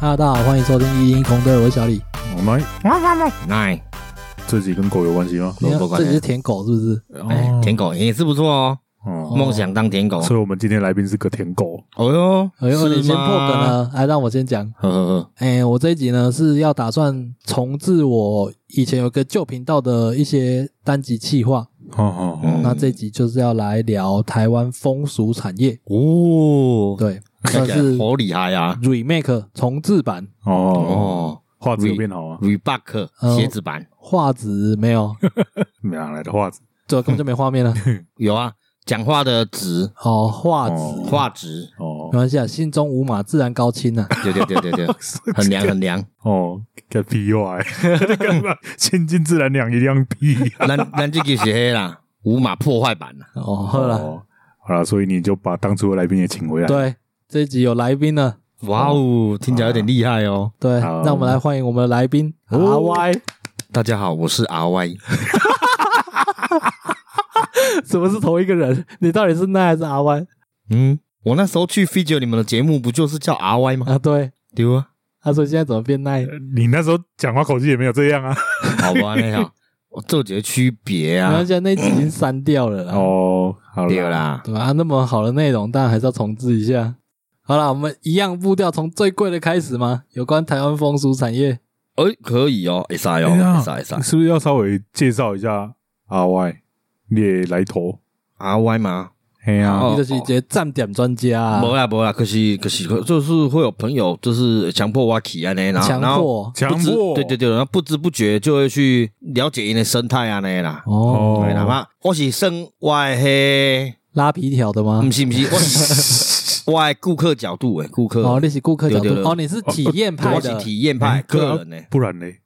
Hello，大家好，欢迎收听一零空队，我是小李。我们奶，这集跟狗有关系吗？萝卜这干里是舔狗是不是？哎，舔狗也是不错哦，哦，梦想当舔狗。所以我们今天来宾是个舔狗，哦哟，哎呦，是你先破梗啊吗？了，来让我先讲。呵呵呵，哎、我这一集呢是要打算重置我以前有个旧频道的一些单集企划，哦哦嗯哦，那这一集就是要来聊台湾风俗产业，哦， 对，看算起来是好厉害啊！ remake 重置版，哦哦，哦画质有变好啊， ，Reebok 嗯鞋子版画质没有，没哪来的画质？这根本就没画面 了。有啊，讲话的直哦，画质、哦画质，哦 没关系啊，心中无马自然高清啊。对对对对 对，很凉很凉。哦，个 PUI，你干嘛？千金自然两一辆屁呀！咱咱这个是黑啦，五马破坏版啊哦，好了，哦，好了，所以你就把当初的来宾也请回来，，对，这一集有来宾了。哇哦，听起来有点厉害哦。对，好那我们来欢迎我们的来宾阿 Y。大家好，我是 R Y， 什么是同一个人？ 你到底是奈还是阿 Y 嗯，我那时候去 feature 你们的节目，不就是叫 R Y 吗？啊？对，对啊。他说现在怎么变奈？呃你那时候讲话口气也没有这样啊。好吧，那样我做几个区别然后啊现？在那集已经删掉了啦，哦，好对了，啦，对吧、啊？那么好的内容，当然还是要重置一下。好啦，我们一样步调，从最贵的开始嘛。有关台湾风俗产业，哎，可以哦，会使哦，哎呀会使会使。是不是要稍微介绍一下 RY 你的来头？ R Y 吗？嘿呀，哦你就是一个站点专家、啊，没啦没啦，可是可是就是会有朋友就是强迫我起啊安呢，然后强然后迫强不知迫，对对对，然后不知不觉就会去了解因的生态啊那啦。哦，对啦，嘛，我是生我的嘿，拉皮条的吗不？是不是， 我是我的顾客角度诶，顾客，哦，你是顾客角度对对对哦哦，你是体验对派我是的，哎体验派个人呢，哎不然嘞，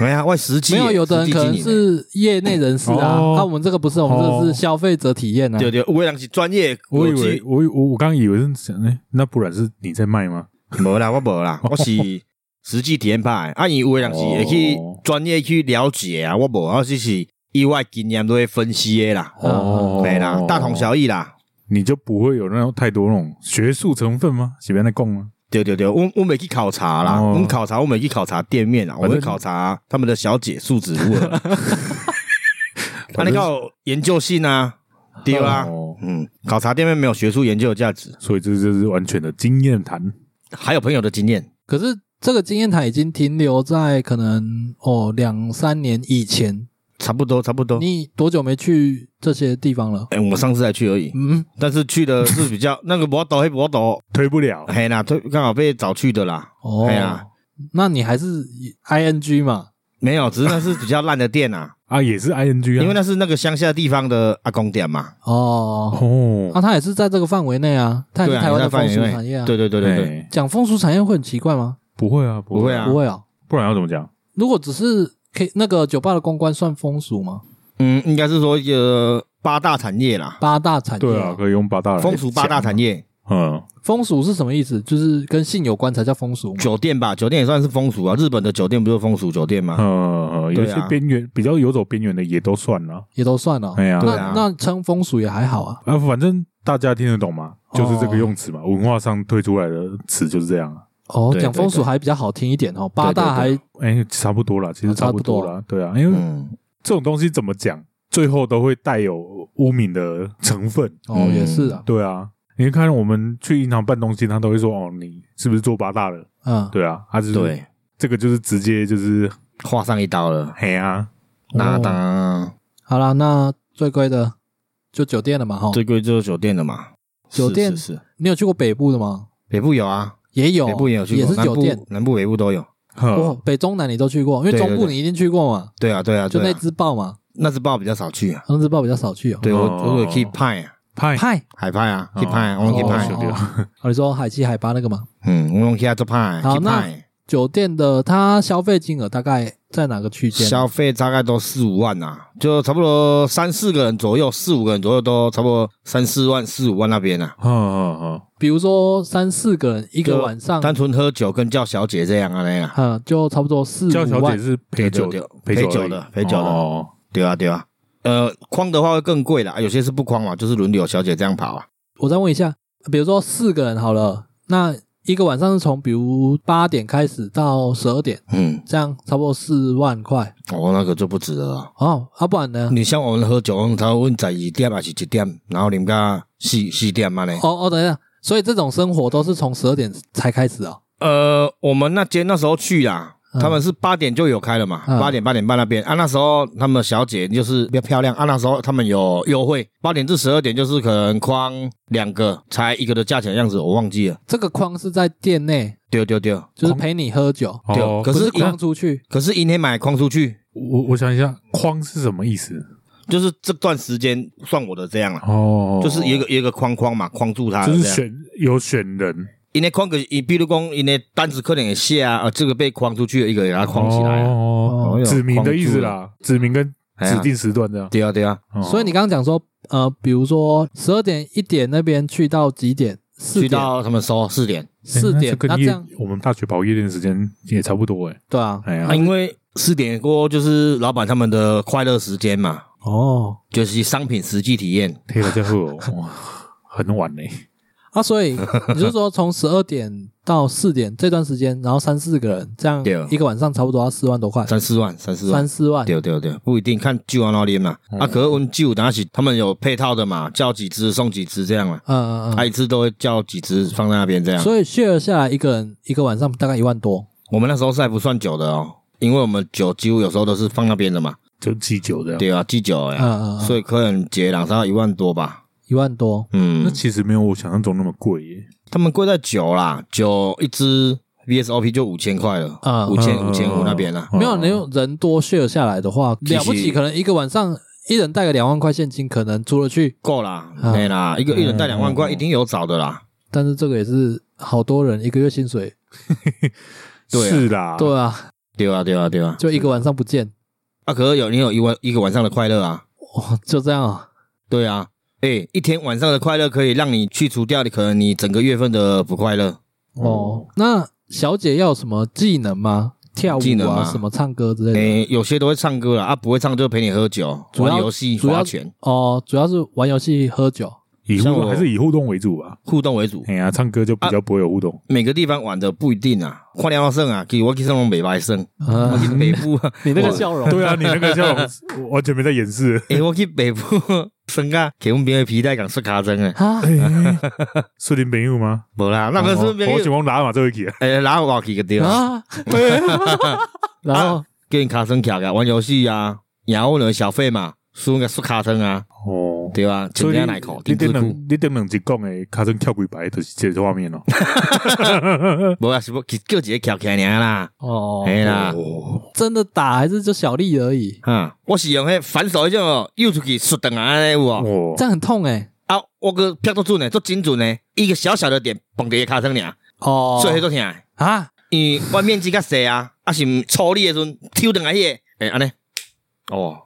哎呀，我实际没的有有的人实际可能经营的是业内人士啊，哦那、我们这个不是，我们这个是哦消费者体验啊。对对，有的人是专业，我以有去为我我我刚以为是想，哎，那不然是你在卖吗？无啦，我无 啦，我是实际体验派的。啊，伊有诶人是会去哦专业去了解啊，我无，我只是意外经验都会分析诶啦，哦呃没啦，大同小异啦。你就不会有那种太多那种学术成分吗？随便在供吗？对对对，我我没去考察啦，哦我们考察我没去考察店面啦，我反正们考察他们的小姐素质如何。 啊，你有研究性啊，对啊，哦，嗯，考察店面没有学术研究的价值，所以这就是完全的经验谈。还有朋友的经验，可是这个经验谈已经停留在可能哦两三年以前。差不多差不多。你多久没去这些地方了？哎，我上次才去而已，嗯，但是去的是比较 那个我抖黑我抖。推不了，嘿啦，对，刚好被找去的啦。哦哎呀，那你还是 I N G 嘛？没有，只是那是比较烂的店 啊，啊，也是 ing 啊，因为那是那个乡下地方的阿公店嘛。哦，哦，啊，他也是在这个范围内啊，他也对是啊，台湾的你在风范俗围内产业啊。对对对对对，哎，讲风俗产业会很奇怪吗？不会啊，不会，啊不。会哦。不然要怎么讲？如果只是 K 那个酒吧的公关算风俗吗？嗯，应该是说呃八大产业啦，八大产业对啊，可以用八大来哎风俗八大产业，讲，嗯，风俗是什么意思？就是跟性有关才叫风俗吗？酒店吧，酒店也算是风俗啊。日本的酒店不就是风俗酒店吗？呃，有一对些啊边缘比较游走边缘的也都算了。也都算哦。哎呀，对那、啊那称风俗也还好啊。啊，反正大家听得懂嘛，就是这哦个用词嘛，文化上推出来的词就是这样啊。哦，对讲对风俗对还比较好听一点哦。八大还对哎，差不多啦，其实哦啊差差不不多多啦，对啊，因为嗯，这种东西怎么讲，最后都会带有污名的成分。哦嗯也是啊，对啊，你看我们去银行办东西，他都会说哦，你是不是做八大的？嗯，对啊，他就是对，这个就是直接就是画上一刀了。嘿啊，那当然，哦好啦，那最贵的就酒店了嘛哈。最贵就是酒店了嘛。酒是店是是，你有去过北部的吗？北部有啊，也有，北部也有去过，是南酒部店。南部北部都有。哇哦呵，北中南你都去过，因为对中部对对你一定去过嘛，对啊对啊，就对那啊只豹嘛，那只包比较少去啊。那只豹比较少去哦。对我哦我有去派啊。派派，海派啊，哦去派，我拢去哦派兄，弟啊哦你说海七海八那个嘛？嗯，我拢去遐做派，好去派，酒店的它消费金额大概在哪个区间？消费大概都四五万啊，就差不多三四个人左右，四五个人左右都差不多三四万、四五万那边啊。呵呵呵，比如说三四个人一个就晚上，单纯喝酒跟叫小姐这样啊那样啊，嗯，就差不多四叫五小姐万。是陪酒对对对陪陪酒的而已陪酒的哦，对啊对啊。呃，框的话会更贵啦，有些是不框嘛，就是轮流小姐这样跑啊。我再问一下，比如说四个人好了，那一个晚上是从比如八点开始到十二点，嗯，这样差不多四万块哦，那个就不值得了。哦。啊，不然呢？你像我们喝酒，他会问在几点还是几点，然后你们家四四点嘛呢？哦哦，等一下，所以这种生活都是从十二点才开始哦。呃，我们那间那时候去嗯啦，他们是八点就有开了嘛，嗯八点八点半那边啊，那时候他们小姐就是比较漂亮啊，那时候他们有优惠，八点至十二点就是可能框两个才一个的价钱的样子，我忘记了，这个框是在店内，丢丢丢，就是框陪你喝酒，对哦，可不是是因框出去。可是因天买框出去，我我想一下，框是什么意思？就是这段时间算我的这样了。啊哦，就是有一个有一个框框嘛，框住它了这就样。是选有选人因为框个，因比如讲，因为单子可能会下啊，这个被框出去，一个给它框起来啊。哦，哦指明的意思，啦，指明跟哎呀指定时段这样。对啊对啊，哦所以你刚刚讲说，呃，比如说十二点一点那边去到几点？四去点，到他们收四点，哎四点就，那跟这夜样我们大学跑夜店时间也差不多哎。对啊，哎呀啊，，因为四点过后就是老板他们的快乐时间嘛，哦，就是商品实际体验。天了这 后哇，很晚嘞。啊，所以你就说从十二点到四点这段时间，然后三四个人这样对哦一个晚上差不多要四万多块，三四万，三四万三，四万。嗯对对对，不一定看酒往哪里嘛。啊，可是我们酒当时他们有配套的嘛，叫几只送几只这样嘛，嗯嗯他一次都会叫几只放在那边这嗯。样。所以 share 下来一个人一个晚上大概一万多，我们那时候是还不算酒的哦，因为我们酒几乎有时候都是放那边的嘛，就祭酒这样。对啊，寄酒嗯呀，嗯，嗯所以可能结两三一万多吧。一万多。那嗯，其实没有我想象中那么贵耶。他们贵在酒啦，酒一支 VSOP 就五千块了，嗯五千嗯五千五那边啦。哦没有，你有人多 share 下来的话，其实了不起，可能一个晚上一人带个两万块现金，可能出了去，够啦，嗯没啦，一个一人带嗯两万嗯块，一定有找的啦。但是这个也是好多人一个月薪水，对啊是啦，对啊，对啊，对啊，对啊。就一个晚上不见，啊，可是有你有一晚一个晚上的快乐啊，哇，就这样啊，对啊，哎，一天晚上的快乐可以让你去除掉你可能你整个月份的不快乐。哦，那小姐要有什么技能吗？跳舞技能啊，吗什么唱歌之类的？哎，有些都会唱歌啦，啊，不会唱就陪你喝酒、主要玩游戏、主要划拳，哦，主要是玩游戏、喝酒。以互啊像动我还是以互动为主吧。互动为主。哎呀，唱歌就比较不会有互动。每个地方玩的不一定啊，换两胜啊，给我去上龙北 白胜，我嗯，去北部啊，你那个笑容，对啊，你那个叫我完全没在掩 饰。哎，我去北部生啊，给我们别人皮带讲说卡针啊，啊，是林朋友吗？哦无啦，那个是别我喜人欢拉马这一起。哎，拉我去个地方。哦啊，然 后给你卡通卡个玩游戏啊，然后呢小费嘛，输个输卡通啊，哦，对吧？请所以人家奶口，你丁顶字裤，两你顶两集讲的，卡成跳几排就是这个画面 哦。无啊是不叫叫一个翘起来尔啦，哦，哎啦，哦，真的打还是就小力而已，哈，我是用迄反手迄种哦，右出去摔断啊安尼有哦，哦这，样很痛哎。啊，我个拍到准诶，做精准诶，一个小小的点碰一个卡通尔，哦，所以迄做疼，啊，因为我面积较细啊，啊是抽你诶时阵抽断来迄个，诶安尼，哦，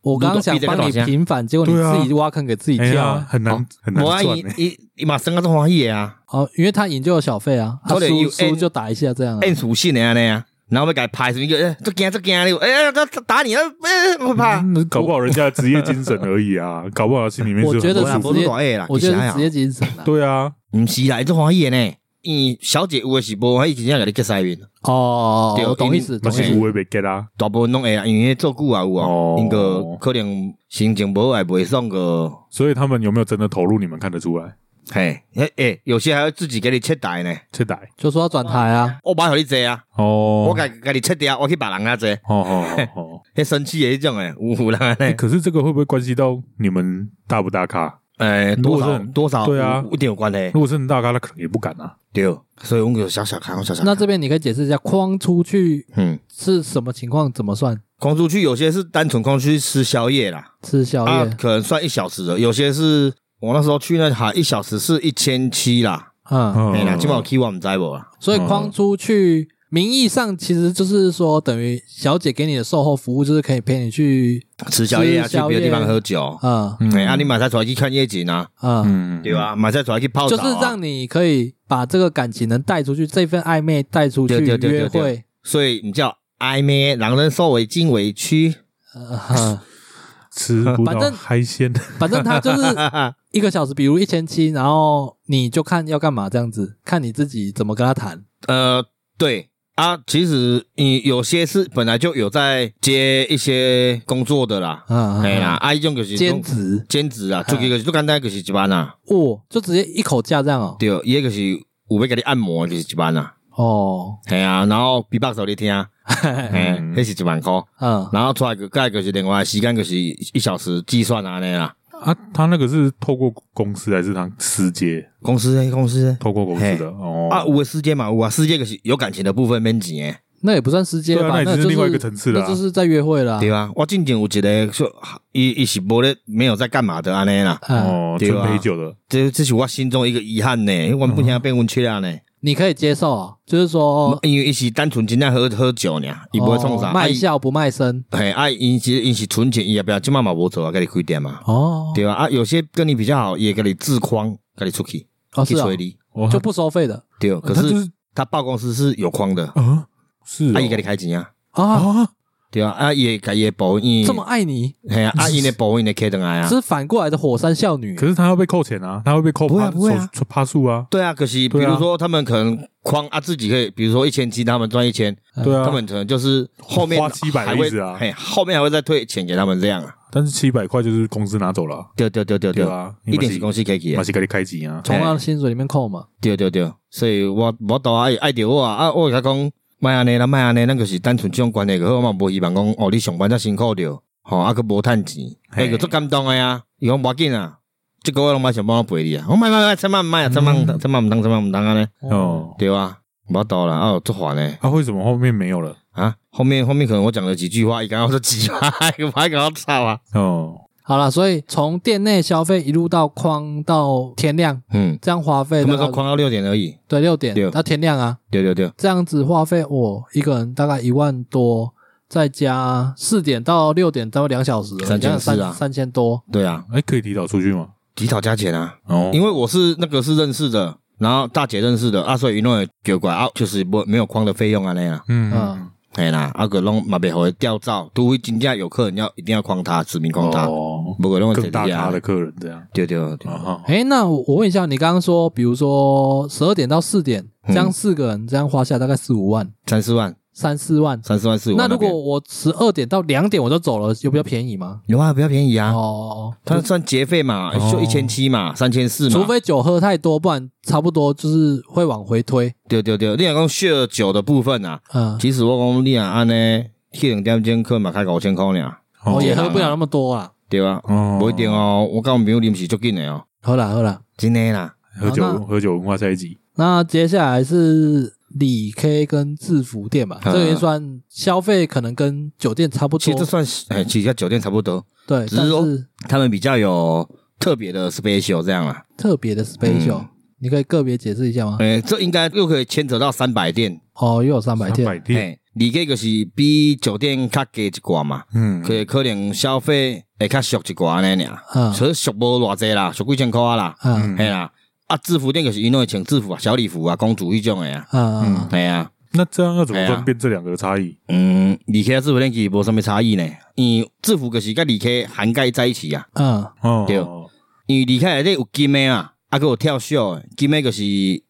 我刚刚想帮你平反，结果你自己挖坑给自己哎跳啊啊呀，。很难很难无啊赚伊欸。伊伊嘛生啊做欢喜诶啊，哦，因为他赢就有小费啊，他所以输有输就打一下这样啊。按属性诶安尼啊。然后要改拍什么？哎，这惊这惊你！哎，他打你啊！哎，我怕。嗯 搞不好人家的职业精神而已啊，搞不好心里面是我觉得很是不啊舒服不直接是大下啦，我觉得是职直业接，精神啊。对啊，唔嗯是啦，这欢喜的呢。因小姐有的是无，还真正甲你结西面，哦，我懂意思，那懂意是思。无会被 get 啊。大部分拢会啦，因为做久啊有哦哦，因个可能心情无好也袂爽个，所以他们有没有真的投入，你们看得出来？嘿，诶、诶，有些还要自己给你切台呢。去打就说要转台啊，我买互你坐啊，哦，我家家己切掉，我去别人遐坐，哦哦哦哦。迄生气的迄种诶，有有人安欸尼，可是这个会不会关系到你们大不大咖？诶、如果欸多少是多少，对啊有一定有关系，如果是很大咖，他可能也不敢啊。对，所以我们就小小看，小小看那这边你可以解释一下，框出去嗯，是什么情况，怎么算空出去有些是单纯空出去吃宵夜啦，吃宵啊，夜？可能算一小时的，有些是我那时候去那哈一小时是一千七啦，嗯，哎啦，嗯，今晚我 key 我们知啊无啦，所以框出去，名义上其实就是说，等于小姐给你的售后服务就是可以陪你去，吃宵夜啊，吃去宵夜别的地方喝酒，嗯嗯哎，啊，你买菜出来去看夜景啊，嗯，嗯对，吧？买菜出来去泡就澡是啊，让你可以把这个感情能带出去，这份暧昧带出去对对对约对对会。所以你叫暧昧，让人受为尽委屈，呃， 吃不反正到海鲜，反正他就是哈哈，一个小时，比如一千七，然后你就看要干嘛这样子，看你自己怎么跟他谈。呃，对啊，其实你有些是本来就有在接一些工作的啦，啊，哎呀，啊，一种就是兼职兼职啊，做一个就简单就是一班啊，哦，就直接一口价这样哦。对，伊就是有要给你按摩的就是一班啊，哦，系啊，然后比 o 手你听， 哎，迄是一万块，嗯，然后出来个盖就是另外的时间就是一小时计算安尼啦，啊，他那个是透过公司还是他私接？公司诶，公司透过公司的哦啊，有的世界嘛，有啊，世界就是有感情的部分免钱诶，那也不算私接对啊吧？那已经就是另外一个层次了啊那就是在约会啦。对啊，我进前有一个说，伊伊是无咧没有在干嘛的安尼啦，嗯，哦，对纯啊陪酒的，这这是我心中一个遗憾呢，因为我不想变温去了呢。你可以接受哦，就是说因为伊是单纯真正喝喝酒呢，伊不会创啥。哦啊卖伊笑不卖身嘿，啊，因是因是存钱，伊也不要即嘛嘛无做啊，给你开店嘛，哦，对吧？啊，有些跟你比较好，也给你自框，给你出去，哦去是哦催，你，哦就不收费的对。啊他可就是是他报公司是有框的，啊，是啊，伊给哦你开钱啊，啊，啊，对啊，啊，伊给伊保因，这么爱你，嘿啊， 啊，因的保因的开等来啊这，是反过来的火山少女可是他要被扣钱啊，他会被扣不会啊趴不会啊手趴数啊，对啊。可是比对啊如说他们可能框啊，自己可以，比如说一千七，他们赚一千，对啊他，们可能就是后面花700还会的意思啊嘿，后面还会再退钱给他们这样啊。但是七百块就是公司拿走了啊，对对对对对对，啊，一定你是嘛公司给是起嘛的，是给你开钱啊，从他的薪水里面扣嘛。对对对，所以我我都爱爱着我啊，啊，我甲讲，莫安尼啦，莫安尼，咱就是单纯这种关系就好，我嘛无希望讲哦，你上班才辛苦着，吼、啊，佮无趁钱，迄嘿个足感动诶啊，伊讲无要紧啊。即个月拢莫想帮我陪你啊！我莫莫莫，千万莫啊，千万千万毋通，千万毋通安尼，哦。对啊，无到啦，啊，足烦诶啊，为什么后面没有了？啊！后面后面可能我讲了几句话，伊 刚刚说急啊，个还搞吵啊，哦，好了，所以从店内消费一路到框到天亮，嗯，这样花费他大们概说狂到六点而已，对六点六到天亮啊，对对对，这样子花费我一个人大概一万多，再加四点到六点，大概两小时而已，三千这样四啊三千多。对啊，哎，可以提早出去吗？提早加钱啊，哦，因为我是那个是认识的，然后大姐认识的啊，所以一弄酒馆啊，就是没没有框的费用啊那样，嗯嗯嘿啦，啊个弄嘛别互伊吊照，除非真正有客人要一定要框他，指名框他，哦，不过弄更大咖的，客人这样啊对对对，啊，哎、那我我问一下，你刚刚说，比如说十二点到四点，这嗯样四个人这样花下大概四五万、三四万，三四万。三四万四五那万如边果我十二点到两点我就走了，有比较便宜吗？有啊，比较便宜啊，哦，他算节费嘛，哦就一千七嘛，三千四嘛，除非酒喝太多，不然差不多就是会往回推。对对对，你讲讲 share 酒的部分啊，嗯，其实我讲你啊安尼，去两点钟客嘛开五千块尔，我也好喝不了那么多啊。对吧？哦哦不一定哦，我跟我朋友啉是足紧的哦，喝啦喝啦。真的啦。喝酒好那喝酒文化在一起，那接下来是李 K 跟制服店吧，嗯这个也算消费可能跟酒店差不其多嗯实这，算是，哎，其实跟酒店差不多，对，只但是说是他们比较有特别的 special 这样啦。特嗯别的 special，你可以个别解释一下吗？哎，这应该又可以牵扯到三百店，哦，又有三百三百天，店，哎，你这个是比酒店较低一寡嘛，嗯，可以可能消费会较俗一寡安尼尔，嗯所以俗无偌济啦，俗几千箍啦，嗯嘿啦，啊，制服店就是因为穿制服啊、小礼服啊、公主迄种的啊，嗯，系啊。那这样要怎么哎呀分辨这两个的差异？嗯，理科制服店其实无什么差异呢，因为制服就是甲理科涵盖在一起啊。嗯哦，对因为离开内底有金的啊，啊个有跳秀的，金的就是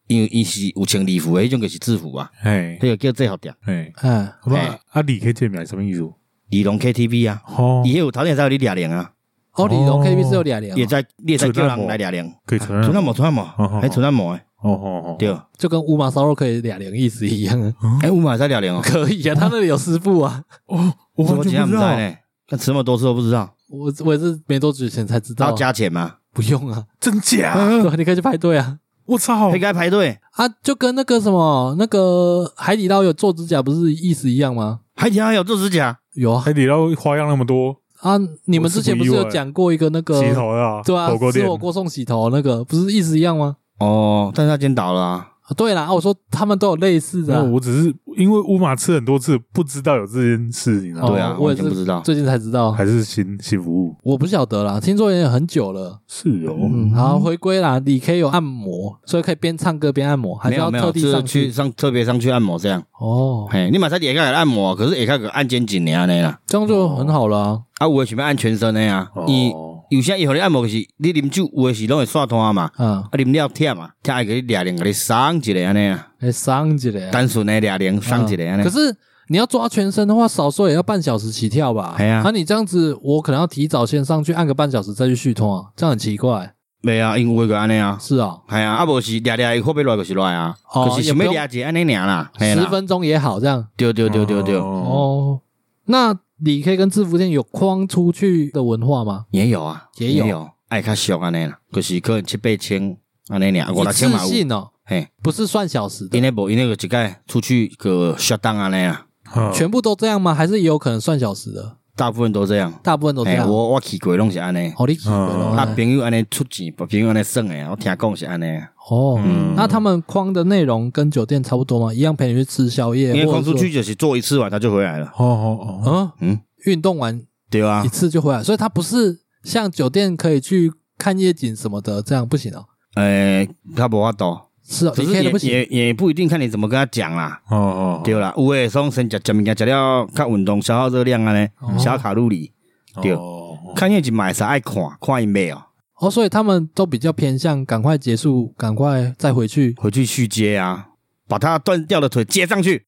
因为伊是有穿礼服的，迄种就是制服啊，哎迄个叫最好点。哎，嗯，好吧哎，啊，李 K 见面什么意思？李龙 KTV 啊，哦伊，迄有头前才有你掠零啊，哦，李荣哦 KTV 是有俩也连，在你也在叫存按人摩来掠零，可以承认存按摩存按好好摩，还存按摩的，哦哦哦，对，就跟乌马烧肉可以俩连意思一样，啊哎，我马在掠零哦，可以啊，他那里有师傅啊，哦，我我完怎全样不不知知道道，呢？那吃那么多次都不知道，我我也是没多久前才知道然后啊，加钱嘛，不用啊， 真假？对，你可以去排队啊。我操应！该排队。啊，就跟那个什么，那个海底捞有做指甲，不是意思一样吗？海底还有做指甲，有啊海底捞花哎样那么多，啊！你们之前不是有讲过一个那个洗头的啊，对啊火锅，吃店火锅送洗头那个，不是意思一样吗？哦，但是他今天倒了啊，啊对啦，啊我说他们都有类似的、那啊，我只是因为乌马吃很多次，不知道有这件事情啊，哦对啊，我也完是全不知道。最近才知道，啊还是新新服务我不晓得啦，听说也很久了。是哦，嗯，好，回归啦，你可以有按摩，所以可以边唱歌边按摩，还没是要有没有，特地是上去上特别上去按摩这样。哦，嘿，你马在底下按摩，可是下下个按肩颈的安尼啦。这样就很好了、啊。啊，我想要按全身的呀、啊哦，你有些伊互你按摩就是你啉酒，有诶是拢会散摊嘛，嗯啊，，啉了忝啊，忝会给你掠零，给你送一个安尼啊，哎，上一个啊，单纯诶掠零送一个安尼可。是你要抓全身的话，少说也要半小时起跳吧？嘿啊那你这样子，我可能要提早先上去按个半小时再去续通啊，这样很奇怪。袂啊，因为个安尼啊，是啊、系啊，啊无是掠掠伊靠要落就是落啊，哦就是想要掠一个安尼尔啦，嘿啦十，分钟也好，这样对对对对对，哦，哦。那理 K 跟制服店有框出去的文化吗？也有啊，也有嗯爱较俗安尼啦，就是可能七八千安尼尔，五一六千次嘛有，性哦，嘿，不是算小时因的，为无因那个一届出去个 shut down 安尼啊，嗯全部都这样吗？还是也有可能算小时的？大部分都这样，大部分都这嘿，样。哎我我去过拢是安尼。好厉害嗯啊，哦！朋友安尼出钱，把朋友安尼算啊诶，我听讲是安尼。哦嗯，那他们框的内容跟酒店差不多吗？一样陪你去吃宵夜，因为或者空出说去就是做一次完他就回来了，哦哦哦，嗯嗯嗯，运动完对啊一，次就回来，所以它不是像酒店可以去看夜景什么的，这样不行哦。诶，他哎无法度，是哦，可你是可以也的不行也也不一定看你怎么跟他讲啦，哦哦，对啦，有诶，从先食食物件，食了较运动消耗热量安尼，哦消耗卡路里，对哦看夜景买啥爱看，看伊没有，哦，所以他们都比较偏向赶快结束，赶快再回去。回去续接啊，把他断掉的腿接上去，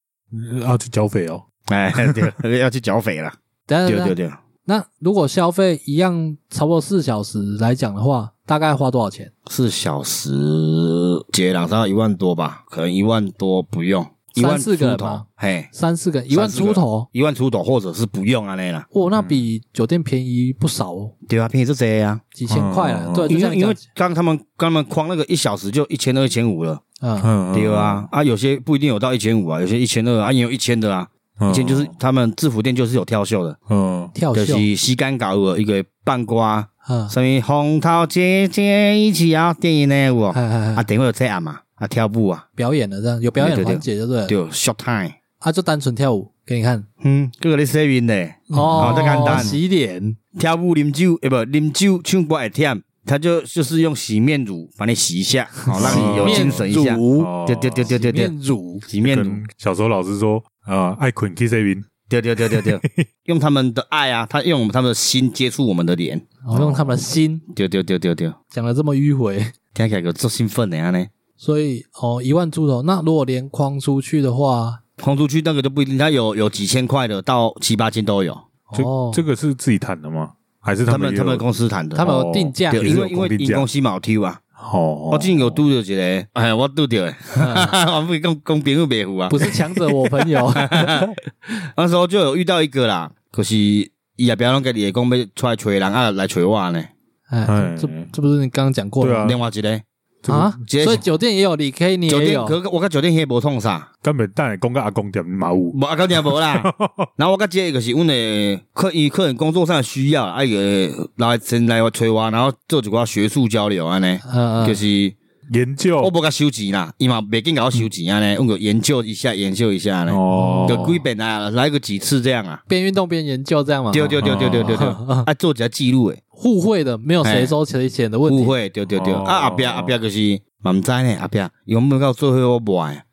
啊，去剿匪哦，哎， 对，要去剿匪啦，等一对下，等对一下对，那如果消费一样超过四小时来讲的话，大概花多少钱？四小时接两三一万多吧，可能一万多不用，一万三四个出人头吧，嘿，三四个，一万出头，哦一万出头或者是不用安尼啦，哇，那比酒店便宜不少哦，对啊，便宜就这样。几千块嗯了。嗯对，哦就因像为你因为讲，刚他们刚他们框那个一小时就一千二、一千五了，嗯，嗯，对啊，啊有些不一定有到一千五啊，有些一千二啊，也有一千的啊，嗯，以前就是他们制服店就是有跳秀的，嗯，跳就秀，是西干搞有一个半瓜，嗯，什么红桃姐姐一起啊，电影呢有无哎啊，哎哎，等会有这样嘛，啊跳舞啊，表演的这样有表演对对对环节就对了，对，short time，啊，就单纯跳舞给你看。嗯，这个咧 saving 呢，哦好，再看蛋洗脸，跳舞啉酒，呃诶不，啉酒唱歌会忝，他就就是用洗面乳把你洗一下，好让你有精神一下，哦对对对对对对面，乳，洗面乳。跟小时候老师说啊，爱捆 K C 云，对对对对对，用他们的爱啊，他用他们的心接触我们的脸，然后用哦他们的心对对对对对，讲的这么迂回，听起来有做兴奋的啊呢。所以哦，一万出头，那如果连框出去的话，空出去那个就不一定，他有有几千块的到七八千都有，这哦，这个是自己谈的吗？还是他们们也有他们公司谈的，他们有定价，对，也是因有为因为公定因价公司嘛有抽啊，哦，我最近有拄着一个，哎，我拄着的， 嗯我不讲讲朋友白胡啊，不是强者我朋 友，哎那时候就有遇到一个啦，可是伊也不要让家己会讲要出来找人啊来找我呢，哎，这哎这不是你刚刚讲过对的啊，另外一个这个啊？这个所以酒店也有，你可以你酒也店，有，可我跟酒店迄无创啥。根本当然公跟阿公点马舞，无啊，到定无 啦。然后我甲这个就是阮诶，客伊客人工作上的需要，啊伊个来先来我找我，然后做一寡学术交流安尼，嗯就嗯，是研究我无甲收钱啦，伊嘛袂紧甲我收钱安尼，阮个研究一下研究一下呢，哦，就几遍啊，来个几次这样啊。边运动边研究这样嘛，对对对对对 对对，啊做一下记录诶，互惠的，没有谁收谁钱的问误题，会对对对，哦啊后壁后壁就是嘛毋知呢，后壁伊讲要到最后我无爱，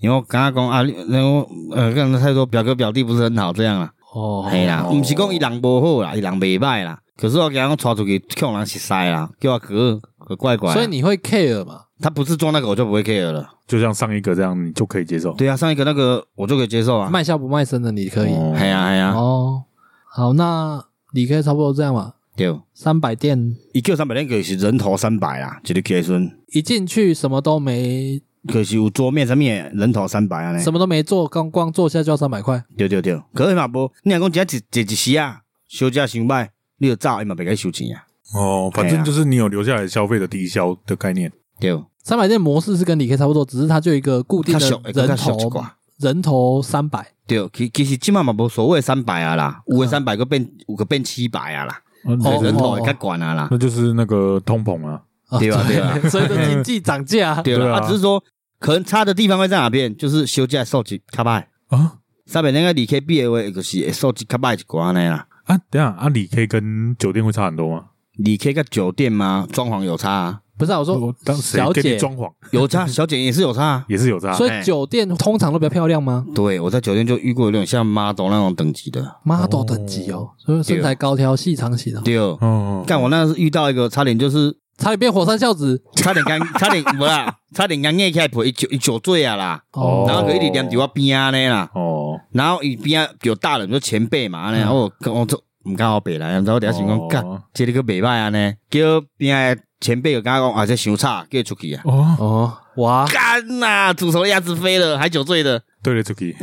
因为我感觉讲啊，你那我呃跟太多表哥表弟不是很好这样啊。哦，系啦，哦毋是讲伊人无好啦，伊人袂歹啦。可是我惊我带出去，去啊互人识识啦，叫我哥可怪怪啊。所以你会 care 嘛？他不是装那个，我就不会 care 了。就像上一个这样，你就可以接受。对啊，上一个那个我就可以接受啊。卖笑不卖身的你可以，哦系啊系啊，哦，好，那你可以差不多这样嘛，对。三百店伊叫三百那个是人头三百啦，一个计算，一进去什么都没，可是有桌面上面的人头三百啊安尼什。么都没做，刚光坐下就要三百块，对对对，可是嘛无，你若讲只一一一时啊，小姐想歹，你就走，伊嘛袂该收钱啊。哦，反正就是你有留下来消费的低消的概念。对，三百店模式是跟李 K 差不多，只是它就有一个固定较俗的会较人俗一头寡，人头三百，对，其其实即满嘛无所谓三百啊啦，有诶三百个变有个变七百啊啦，哦人头会较悬啊啦。那就是那个通膨啊，啊对啊对啊， 随着经济涨价，对对了，啊啊，只是说可能差的地方会在哪边，就是休假数值较歹。啊三百那个离开毕业话，就是会数值较歹一寡呢啦。啊！等一下啊，理 K 跟酒店会差很多吗？离开个酒店嘛，装潢有差、啊，不是、啊、我说我当谁小给姐你，装潢有差，小姐也是有差啊。也是有差。所以哎酒店通常都比较漂亮吗 对，我在酒店就遇过有点像 model 那种等级的。 ？model 等级哦，所以身材高挑、细长型哦，对，哦，干我那是遇到一个差 点就是差点变火山孝子差点干差点不啦，差点干硬起来陪酒他酒醉啊啦，哦哦，然后就一直踮伫我边啊呢啦，哦，然后伊边啊有大人就前辈嘛呢，然后我跟我做唔敢好白来，然后我底下想讲嗯哦干，这个袂歹啊呢，叫边的前辈就跟我讲啊这伤差，叫他出去啊。哦，哦，哇，干呐、煮熟的鸭子飞了，还酒醉的。对了，Tuki，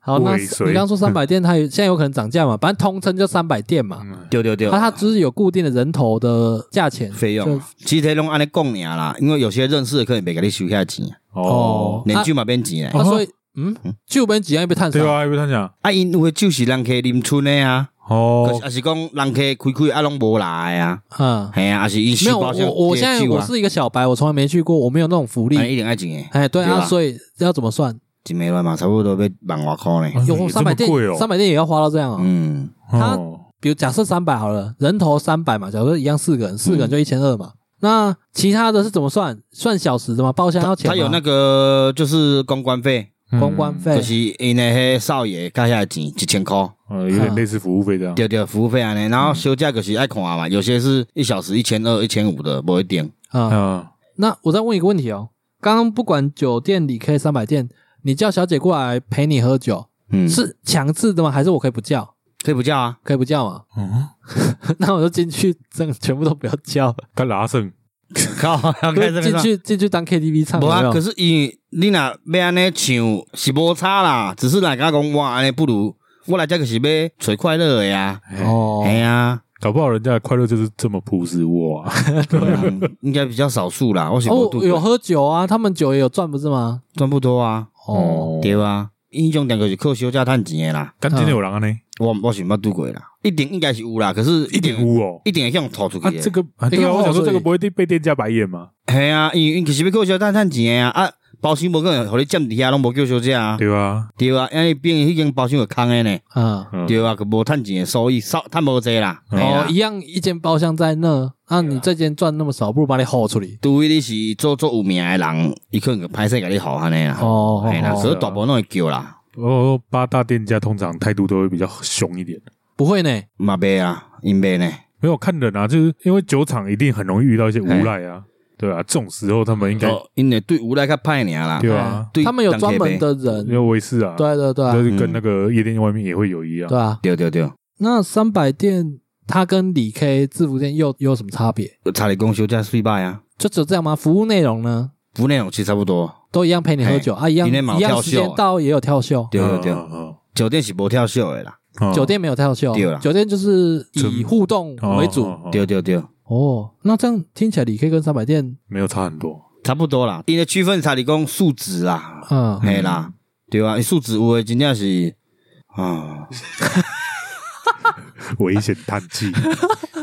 好，那尾你随刚刚说三百店，它有现在有可能涨价嘛？反正通称就三百店嘛，嗯对对对，那它只是有固定的人头的价钱啊费用就啊其实拢安尼讲尔啦，因为有些认识的客人袂给你收下钱啊，哦哦，连酒嘛变钱嘞。啊，所以嗯，旧本几样被探对索，啊，不他讲啊，因为酒是人客啉剩的啊，可哦是，也是讲人客开开啊拢无来啊，嗯，系啊，也是因没有收我包厢我我现在接酒我啊，是一个小白，我从来没去过，我没有那种福啊利，一定爱钱诶，哎，对对啊，吧所以要怎么算？一枚乱嘛，差不多要万外块呢。哎有这三百么店贵哦，三百店也要花到这样哦。嗯，他哦比如假设三百好了，人头三百嘛，假设一样四个人，四个人嗯就一千二嘛。那其他的是怎么算？算小时的吗？包厢要钱吗？他有那个就是公关费，嗯公关费就是因为迄少爷加下来钱一千块，呃，有嗯点类似服务费这样。对对，服务费安尼，然后休假就是爱看嘛，有些是一小时一千二、一千五的，不一定。啊。嗯，那我再问一个问题哦，刚刚不管酒店里 K 三百店，你叫小姐过来陪你喝酒，嗯，是强制的吗？还是我可以不叫？可以不叫啊，可以不叫嘛？嗯， 那我就进去，真的全部都不要叫，干拉圣靠，要开这边进唱。去进去当 KTV 唱无有没啊，可有？是伊你若要安尼唱是无差啦，只是人家讲我安尼不如我来这个是要找快乐的呀，哦，哎呀，搞不好人家的快乐就是这么朴实哇。嗯应该比较少数啦，我是无哦拄，有过，喝酒啊，他们酒也有赚不是吗？赚不多啊，哦，对啊，伊种店就是靠小价趁钱的啦，干真的有人啊安尼，嗯我我是捌拄过啦，一定应该是有啦，可是一定有哦。一定会向吐出啊，去这的，个啊，对哎啊，呦我想所说以这个不会被店家白眼吗？嘿啊，因因其实要靠小价趁钱的啊，啊，包厢无可能互你占伫遐拢无叫小价啊，对吧？对啊，因为变迄间包厢有空的呢。嗯，嗯对啊，佮无趁钱的收益少，趁无济啦。哦，嘿啊一啦，样一间包厢在那，那你这间赚那么少，不如把你吼出来。除非你是做做有名的人，伊可能歹势甲你好安尼啦。哦，嘿啦，哦哎可是大部分拢会叫啦，哦，八大店家通常态度都会比较凶一点。不会呢，嘛袂啊，因袂呢。没有看人啊，就是因为酒厂一定很容易遇到一些无赖啊，哎对啊，这种时候他们应该哦因为对无赖较歹尔啦。对啊，对他们有专门的因人，为我也是啊，对对对啊就是跟那个夜店外面也会有一样对，啊。对对对，那三百店它跟李 K 制服店又又有什么差别？我差你讲休假睡歹啊，就只有这样吗？服务内容呢，服务内容其实差不多。都一样陪你喝酒啊，一样里面嘛有一样跳时秀啊间到也有跳秀，对对对，嗯酒店是无跳秀的啦。嗯酒店没有跳秀对，啦酒店就是以纯互动为主。哦哦哦对对对，哦，那这样听起来李 K 跟三百店，没有差很多，差不多啦。因为区分差你讲数值啦，嗯，嘿啦，对啊，数值有诶真正是啊，危险叹气，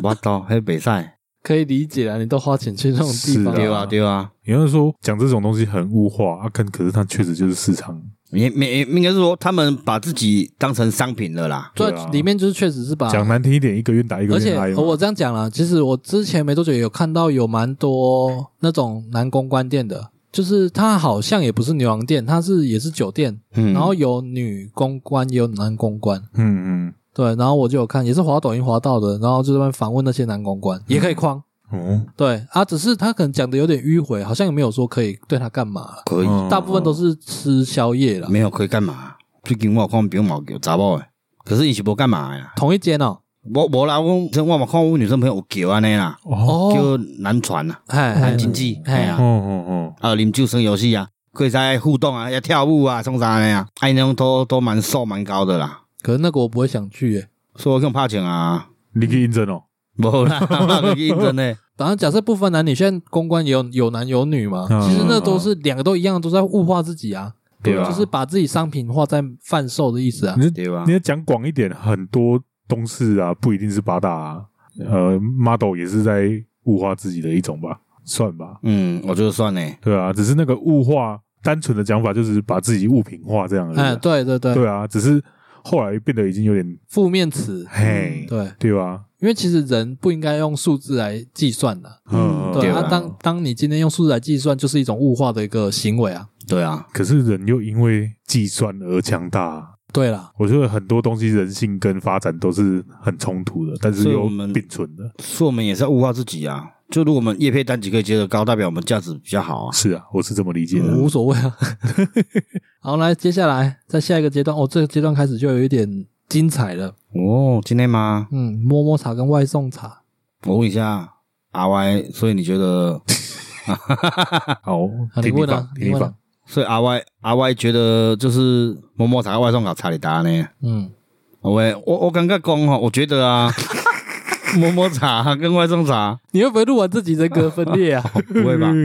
我到迄袂使。可以理解啊，你都花钱去那种地方，是对啊对啊。你要说讲这种东西很物化啊，可可是它确实就是市场，也没应该是说他们把自己当成商品了啦。对对啊里面就是确实是把讲难听一点，一个愿打一个而愿且挨嘛。我这样讲啦，其实我之前没多久有看到有蛮多那种男公关店的，就是它好像也不是牛郎店，它是也是酒店，嗯然后有女公关也有男公关，嗯对，然后我就有看，也是滑抖音滑到的，然后就在那边访问那些男公关，也可以框，嗯哦对啊，只是他可能讲的有点迂回，好像也没有说可以对他干嘛，可以，嗯，大部分都是吃宵夜啦，哦没有可以干嘛？最近我有看朋友嘛有查某的，可是伊是无干嘛呀？同一间哦，无无啦，我我嘛看我女生朋友有叫安尼啦，哦哦，叫男传啊啦，哎男哎经济，哎哦哎呀，哦还有啉酒耍游戏啊，可以在互动啊，要跳舞啊，冲啥的呀？哎，那种都都蛮瘦蛮高的啦，可是那个我不会想去耶、所以我更怕钱啊，哦，你去应征哦，无啦， 我去应征呢，当然，假设不分男女，现在公关也有有男有女嘛，嗯其实那都是两个都一样，都在物化自己啊，对啊就是把自己商品化在贩售的意思啊。你对吧你？要讲广一点，很多东事啊，不一定是八大、啊，呃，model 也是在物化自己的一种吧，算吧，嗯，我觉得算呢，对啊，只是那个物化单纯的讲法就是把自己物品化这样而已啊、哎，对对对，对啊，只是后来变得已经有点负面词，嘿，对，对吧？因为其实人不应该用数字来计算的。嗯，对，对那、啊当当你今天用数字来计算，就是一种物化的一个行为啊。对啊，可是人又因为计算而强大，对啦，我觉得很多东西人性跟发展都是很冲突的，但是所以又我们并存的。所以我们也是要物化自己啊。就如果我们业配单级可以接得高，代表我们价值比较好啊。是啊，我是这么理解的。无所谓啊。 好，来，接下来在下一个阶段，哦，这个阶段开始就有一点精彩了。哦，今天吗？嗯，摸摸茶跟外送茶，我问一下阿 Y，所以你觉得，好，啊、听问放啊，，听你问、放啊。，所以阿 Y 阿 Y 觉得就是某某茶外送搞查理达呢？嗯，喂，我我感觉讲吼，我觉得啊，某某茶跟外送茶你会不会录完自己人格分裂啊？不会吧？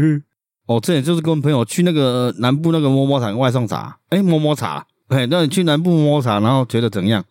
哦，这也就是跟朋友去那个呃南部那个摸摸茶跟外送茶，哎，摸摸茶，哎，那你去南部摸摸茶，然后觉得怎样？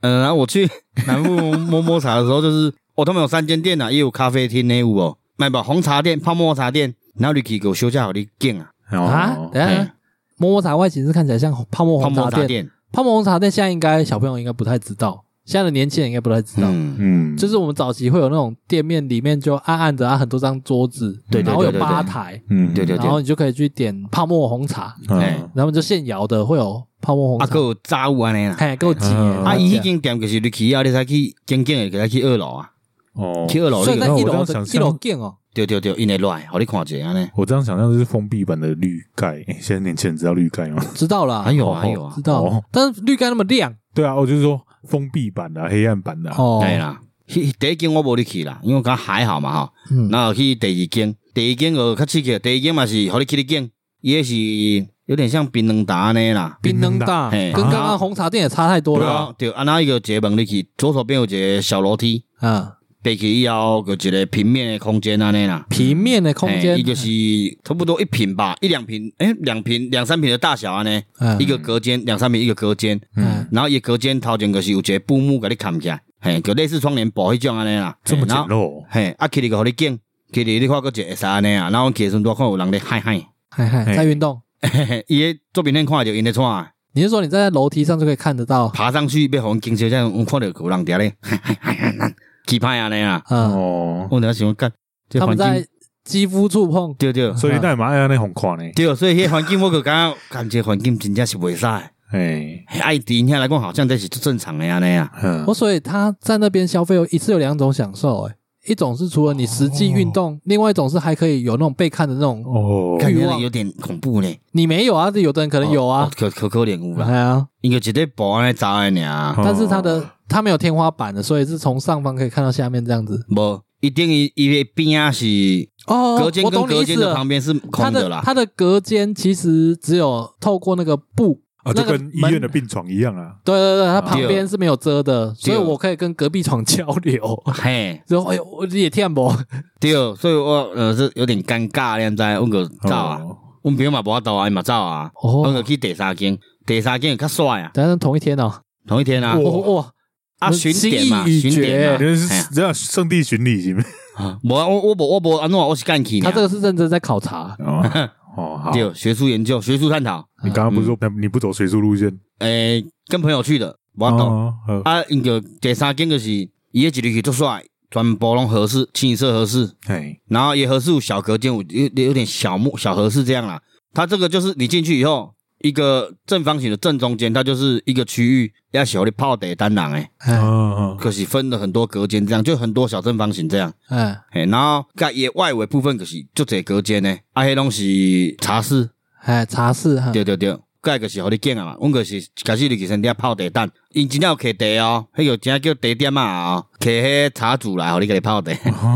嗯、然后我去 南部摸摸茶的时候，就是哦，他们有三间店啊，也有咖啡厅那有哦，买吧红茶店、泡沫茶店，然后你去给我休假好你见啊，啊， 哦等一哎下，摸摸茶外形是看起来像泡沫泡红沫茶茶店，店，泡沫红茶店现在应该小朋友应该不太知道，现在的年轻人应该不太知道。嗯，嗯，就是我们早期会有那种店面，里面就暗暗的啊，很多张桌子，对对然后有对对吧对台，嗯，对对然后你就可以去点泡沫红茶，哎嗯，然后就现摇的会有泡沫红啊，茶还，有炸物安尼啦。嘿，够挤耶。嗯啊，伊经迄间店就是你去啊，你才去静静的，给他去二楼啊，哦，去二楼所以那在个，那一我这楼样的想一象楼店哦，对对对，因会来，互你看者安尼。我这样想象就是封闭版的绿盖。哎诶现在年轻人知道 绿盖吗？知道啦还，有哦啊，还有啊知，道哦，但是绿盖那么亮对啊，我就是说封闭版的、黑暗版的、啊。哦，对啦，迄第一间我无你去啦，因为我感觉还好嘛吼。嗯，然后去第二间，第二间就较刺激，第二间嘛是互你去你间，伊迄是有点像槟榔达安尼啦。槟榔大，嘿啊跟刚刚红茶店也差太多对了啊，对，啊，那伊个一个门你去，左手边有一个小楼梯，啊。爬去以后，有一个平面的空间安尼啦。平面的空嘿间伊，就是差不多一平吧，一两平，诶，两平两三平的大小安尼，嗯一个隔间，两三平一个隔间，嗯，然后伊隔间头前就是有一个布幕甲你盖起来，嘿，就类似窗帘布迄种安尼啦。这么嘿简然后陋哦，嘿，啊，去你个互你见，去你你看个一个会使安尼啊，然后去的时阵拄看有人咧嗨嗨，嗨嗨，嘿在运动。嘿嘿伊诶作品顶看着因咧创啊，你是说你在楼梯上就可以看得到？爬上去要互阮惊笑，才阮看着有人伫咧嗨嗨嗨嗨嗨，气派安尼啊，嗯，哦，我等下想讲，这他们环境在肌肤触碰，对对嗯所以那嘛要那红看呢？对，所以迄环境我就感觉，感觉环境真正是袂使的。哎，嘿爱迪遐来讲，好像这是最正常的安尼啊。嗯我，所以他在那边消费有一次有两种享受，哎，一种是除了你实际运哦动，另外一种是还可以有那种被看的那嗯种，哦，感欲觉望有点恐怖呢。你没有啊，有的人可能有哦啊，可可可怜有啦，哎呀，应该一个保安来查安 어.尔，但是他哦的他没有天花板的，所以是从上方可以看到下面这样子。无一定伊伊的边啊是哦，隔间我跟懂你隔意思间的了。旁边是它空的啦。它的隔间其实只有透过那个布，啊，那就个跟医院的门病床一样啊。对对对，它啊旁边是没有遮的，所以哦对我可以跟隔壁床交流。 嘿，然后哎呦，我也听不，对，所以我呃是有点尴尬，你知道？我就 어.走啊，哦，我朋友嘛无法度啊，伊嘛走啊，哦我就去第三间，第三间较帅啊，但是同一天哦，同一天啊，哇哇哇，啊巡点嘛，心意已巡点决嘛你们是嘿啊这样圣地巡礼行吗？啊，无啊，我我无我无安怎，我是干去他呢这。个是认真在考察，哦，哦，好，对，学术研究、学术探讨，你刚刚不是说你不走水术路线？诶，跟朋友去的，我懂。哦，好啊，因个第三间就是伊迄一日去做帅，全部拢合适，清一色合适，哎，然后也合适有小隔间，有有有点小木小合适这样啦。它这个就是你进去以后，一个正方形的正中间，它就是一个区域，要小的泡得单人诶，嗯哎嗯可是分了很多隔间，这样就很多小正方形这样。哎嘿，然后甲伊的外围部分就是就这隔间呢，啊，迄拢是茶室，哎，茶室哈，对对对。盖就是互你见啊嘛，阮就是开始就是先底泡茶蛋，因真正有揢茶哦，迄个真正叫茶点啊哦，揢迄茶主来互你甲你泡茶， 어.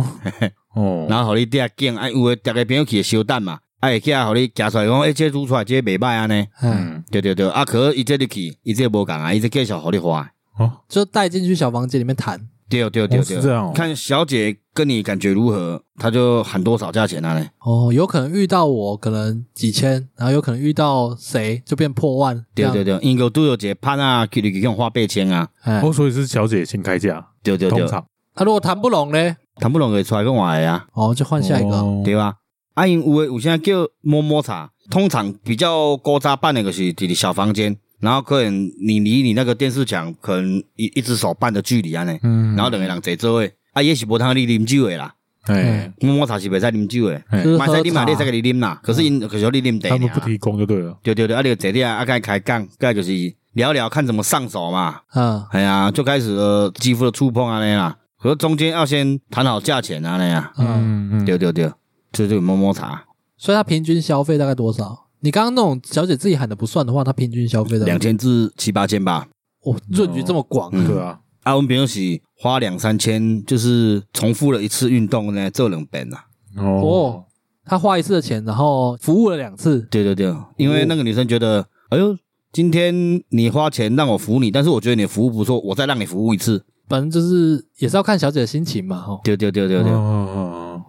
哦，然后互你底下见，啊有诶逐个朋友去会烧蛋嘛，啊会起来互你夹出来讲，诶、哎这煮出来这袂歹安尼，哎，嗯，对对对，啊可伊这入去，伊这无共啊，伊这继续互你花，哦，就带进去小房间里面谈，对对对哦对，是这样哦看小姐跟你感觉如何，她就喊多少价钱啊嘞，哦，有可能遇到我可能几千，然后有可能遇到谁就变破万，这对样对，对，因个拄着一个潘啊，去入去用花八千啊，哎，哦，所以是小姐先开价，对对对通，常他如果谈不拢嘞，谈不拢会出来跟我的啊。哦，就换下一个，哦对吧？啊，因有诶，有啥叫摸摸茶，通常比较古早办的，就是伫小房间，然后可能你离你那个电视墙可能一一只手半的距离安啊尼，嗯然后两个人坐做位，啊，也是无通你啉酒的啦，哎，摸摸茶是袂使啉酒的，哎就是买使喝啉嘛，茶你使给你啉啦，可是因可是你啉茶嗯他们不尔啦，提供就对了。对对对，啊，你就坐底啊，啊，该开讲，该就是聊聊看怎么上手嘛，嗯，哎呀，就开始呃肌肤的触碰安尼啦，可是中间要先谈好价钱安尼啊， 어.嗯，嗯对对对，这就摸摸茶，所以他平均消费大概多少？你刚刚那种小姐自己喊的不算的话，他平均消啊费的两，千至七八千吧，哦，润局这么广，嗯对啊，啊，阮朋友是花两三千，就是重复了一次运动呢，做两遍啊啦。 어.哦，他花一次的钱，然后服务了两次，对对对，因为那个女生觉得，哎呦，今天你花钱让我服务你，但是我觉得你服务不错，我再让你服务一次。反正就是也是要看小姐的心情嘛，哦。对对对 어,对对，哦，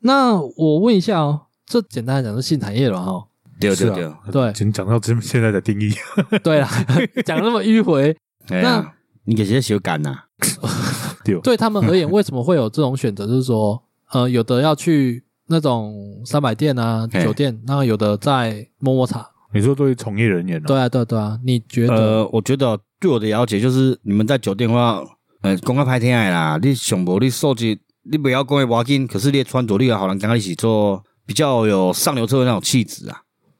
那我问一下哦，这简单来讲是性产业了 哦。对对是对啊，对先讲到这现在的定义，对啦， 讲那么迂回，哎呀，你给谁修改呐？对，对他们而言，为什么会有这种选择？就是说，呃，有的要去那种三百店啊、嘿酒店，那有的在摸摸茶。你说对于从业人员呢？对啊，对啊，对啊，你觉得？呃，我觉得对我的了解就是，你们在酒店的话，呃，讲较歹听的啦，你上无你素质，你不要讲的无要紧，可是你的穿着你也好人感觉你是做比较有上流社会那种气质啊。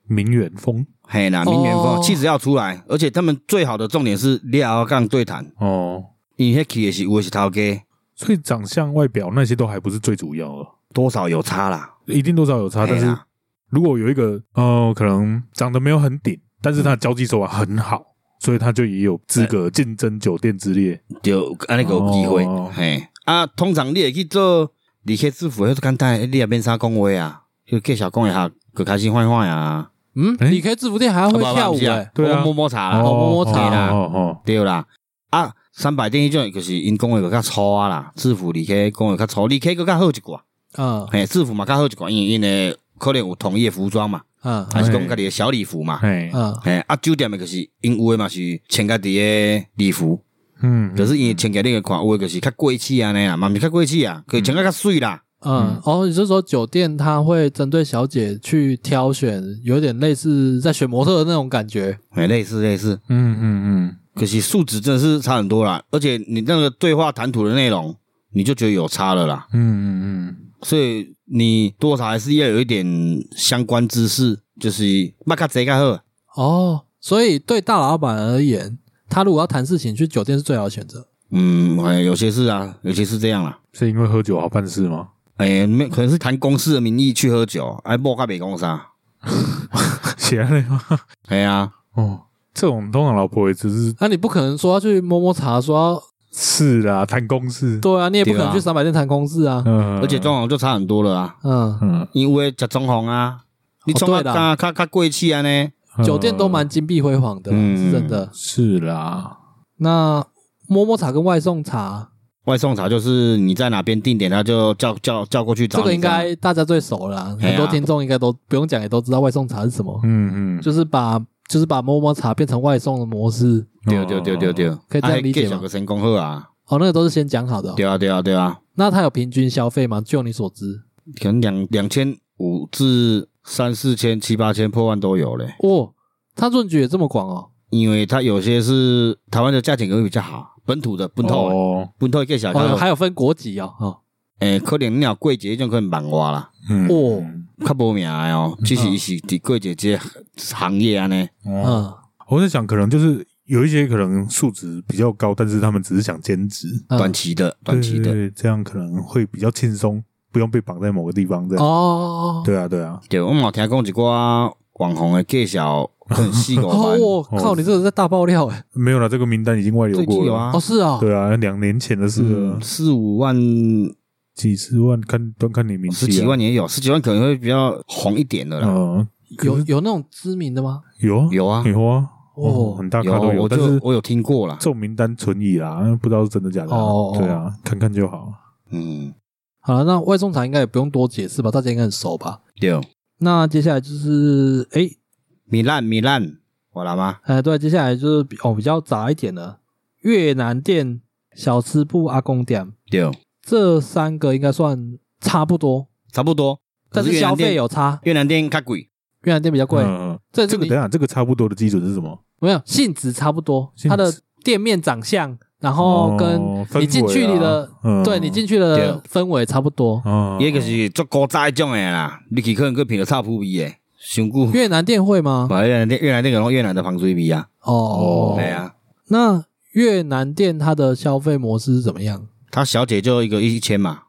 名媛风嘿啦，名媛哦风气质要出来，而且他们最好的重点是你也要跟人对谈，哦，你迄去也是有的是头家，所以长相、外表那些都还不是最主要的，多少有差啦。一定多少有差。嘿啊但是啦如果有一个呃，可能长得没有很顶，但是他的交际手腕很好，所以他就也有资格竞争酒店之列。就安尼个有机会哦，嘿啊，通常你会去做你去制服，迄简单，你也免啥讲话啊，就介绍讲一下，就开始换换啊，嗯，诶你可以制服店还要会啊不跳舞不是哎啊，对啊摸摸摸茶哦啦，摸摸啊茶哦哦哦，对啦，啊，三百店迄种就是因讲话就较粗啊啦，制服你去讲话较粗，你去佫较好一寡，嗯嘿，制服嘛较好一寡，因为因为可能有统一的服装嘛，嗯还是讲家己的小礼服嘛，哎，嗯，嘿，啊，酒店的就是因有的嘛是穿家己的礼服，嗯，可是因为穿家己的款，有的就是较贵气安尼啦，嘛毋是较贵气啊，就是穿较较水啦，嗯，哦，你是说酒店它会针对小姐去挑选，有点类似在选模特的那种感觉。嘿，哎类似类似，嗯嗯可是素质真的是差很多啦，而且你那个对话谈吐的内容，你就觉得有差了啦嗯，嗯嗯所以你多少还是要有一点相关知识，就是捌较侪较好，哦，所以对大老板而言，他如果要谈事情，去酒店是最好的选择。嗯，嘿有些是啊，有些是这样啦。嗯，是因为喝酒好办事吗？ 哎，没可能是谈公司的名义去喝酒，哎，莫甲袂讲啥，写了吗？哎呀，哦，这种通常老婆也只是那、你不可能说要去摸摸茶，说要是啦，谈公事，对啊，你也不可能对啊去三百店谈公事啊。嗯，而且装潢就差很多了啊。嗯，嗯，因为食装潢啊，你装哦啊对较啦较较贵气啊安尼，嗯酒店都蛮金碧辉煌的，嗯是真的。是啦，那摸摸茶跟外送茶，外送茶就是你在哪边定点，他就叫叫叫过去找这你。个应该大家最熟了啦，哎呀很多听众应该都不用讲也都知道外送茶是什么，嗯嗯，就是把就是把摸摸茶变成外送的模式。这样对对对对对，可以这样理解吗哦啊小个成功后啊，哦，那个都是先讲好的哦、对啊对啊对啊，那它有平均消费吗？就你所知，可能两两千五至三四千、七八千、破万都有嘞，哦，它润局也这么广哦。因为它有些是台湾的价钱可能会比较好，本土的本土的哦，本土的介绍，哦，还有分国籍哦，哦，诶，可能你若过节迄种可能万外啦，嗯哦较无名的哦，嗯只是伊是伫过节这行业安尼，哦，嗯我在想，可能就是有一些可能素质比较高，但是他们只是想兼职，嗯，短期的短期对的，对对这样可能会比较轻松，不用被绑在某个地方这样。哦，对啊，对啊，对，我嘛有听讲一寡网红的介绍，可能四五万，哦，我靠，你这个在大爆料哎，没有了，这个名单已经外流最过近有了。啊哦，，是哦，对啊，两年前的事了嗯，，四五万、几十万看端看你名气哦十啊，几万也有，十几万可能会比较红一点的啦。嗯，有有那种知名的吗？有啊有啊，有啊，哦哦，很大有咖啊，都有，我但就是我有听过啦这。种名单存疑啦，不知道是真的假的啊。哦对啊，看看就好。嗯，好了，那外送茶应该也不用多解释吧，大家应该很熟吧？对，那接下来就是，哎，米兰米兰，我来吗？哎，对，接下来就是比哦比较杂一点的越南店、小吃部、阿公店，对，这三个应该算差不多，差不多。但可是越消南店费有差，越南店较贵，越南店比较贵，嗯，这这是个你等一下，这个差不多的基准是什么？没有性质差不多，性它质的店面长相，然后跟哦氛围啊你进去你的，嗯对你进去的氛围差不多。啊，也就是足古早迄种诶啦，你去可能去品着臭扑味诶，上久。嗯越南店会吗？把越南店越南店个越南的防水味啊，哦，对啊，那越南店它的消费模式是怎么样？他小姐就一个一千嘛，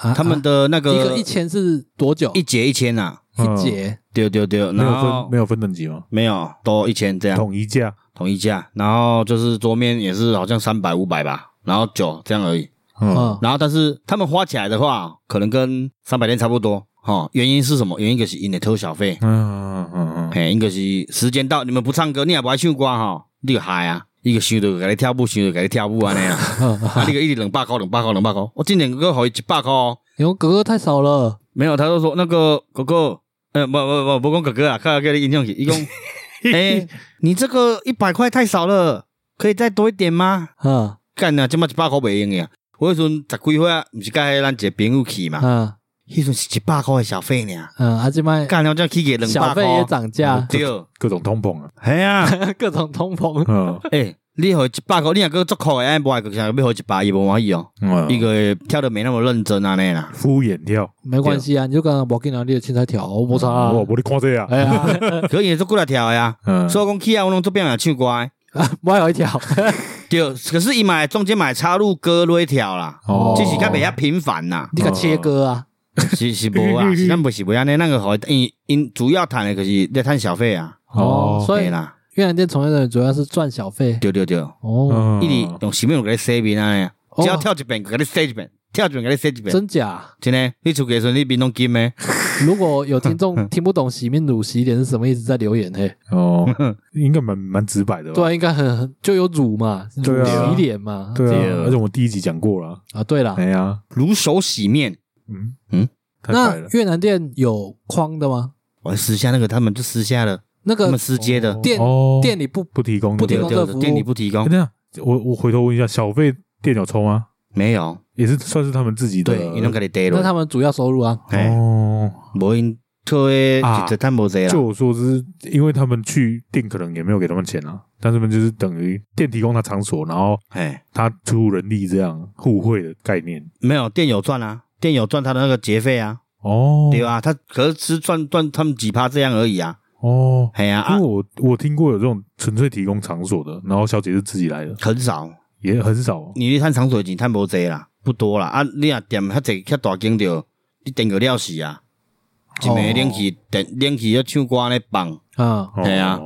啊他们啊的那个一个一千哦是多久？一节一千啊，嗯一节对对对，没有然分后没有分等级吗？没有都一千这样统一价统一价，然后就是桌面也是好像三百五百吧，然后酒这样而已，哦嗯然后但是他们花起来的话，可能跟三百天差不多哈，原因是什么？原因就是因的偷小费，嗯嗯嗯嘿，应该是时间到，你们不唱歌，你也不爱唱歌吼，你就嗨啊！伊个想到给你跳舞，想到给你跳舞安尼 啊！嗯嗯啊，你个一直两百块，两百块，两百块，我今年个给伊一百块哦。你说哥哥太少了，没有，他就说那个哥哥，呃，不不不，不讲哥哥啊，看给你印象去，伊讲， 哎、你这个一百块太少了，可以再多一点吗？嗯干啊，即马一百块袂用的啊！我迄阵十几岁啊，毋是甲迄咱一个朋友去嘛，嗯迄阵是一百块的小费呢，嗯，阿基麦干了这样去给两小百费也块，涨价，对，各种通膨啊，系啊。 各种通 膨。嗯诶、欸你互一百箍，你若个足酷诶，无爱个想要互一百，伊无满意哦。嗯，伊个跳得没那么认真安 尼啦。敷衍跳，没关系啊，你就刚刚我给你拿你的青菜条，我不差啊。我我你看这啊，哎呀， 可是伊足过来跳诶啊，嗯，所以讲起啊，我拢做变来唱歌的。我有一 条，，对，可是伊买中间买插入歌来跳啦，哦只是较袂遐频繁啦你敢切割啊？ 是是无啊， 是咱无是袂安尼。那个互因因主要趁诶，就是咧趁小费啊，哦，所以对啦，越南店从业人员主要是赚小费对对对，哦，嗯伊直用洗面乳给你洗面安哦尼，只要跳一遍，给你洗一遍，跳一遍给你洗一遍，真假？真诶，你出去的时候你面拢金诶。如果有听众听不懂洗面乳洗脸是什么意思，在留言嘿。哦，应该蛮蛮直白的吧，对啊，应该很很就有乳嘛，对乳啊洗脸嘛。对对啊，而且我第一集讲过了，啊，对了，哎呀，如手洗面。嗯嗯，太白那了，越南店有框的吗？我私下那个他们就私下了，那他个们私接的，店哦店里不不提供不对提对供这对个服务对，店里不提哎供等，一下我我回头问一下，小费店有抽吗？没有，啊也是算是他们自己的，对，伊拢给你带那他了，们主要收入啊，哎，哦，无因特诶，啊就探无济就啦，我所知，因为他们去店可能也没有给他们钱啊，但是他们就是等于店提供他场所，然后哎，他出人力这样互惠的概念。没有店有赚啊，店有赚他的那个节费啊，哦，对吧？他可是只赚赚他们几趴这样而已啊，哦，哎呀因啊为，我我听过有这种纯粹提供场所的，然后小姐是自己来的，很少，也很少哦。你去探场所已经探无济啦，不多啦，啊，你若店遐济遐大间着，你店个了死啊，哦一暝冷气电冷气要唱歌咧放，啊，哦对啊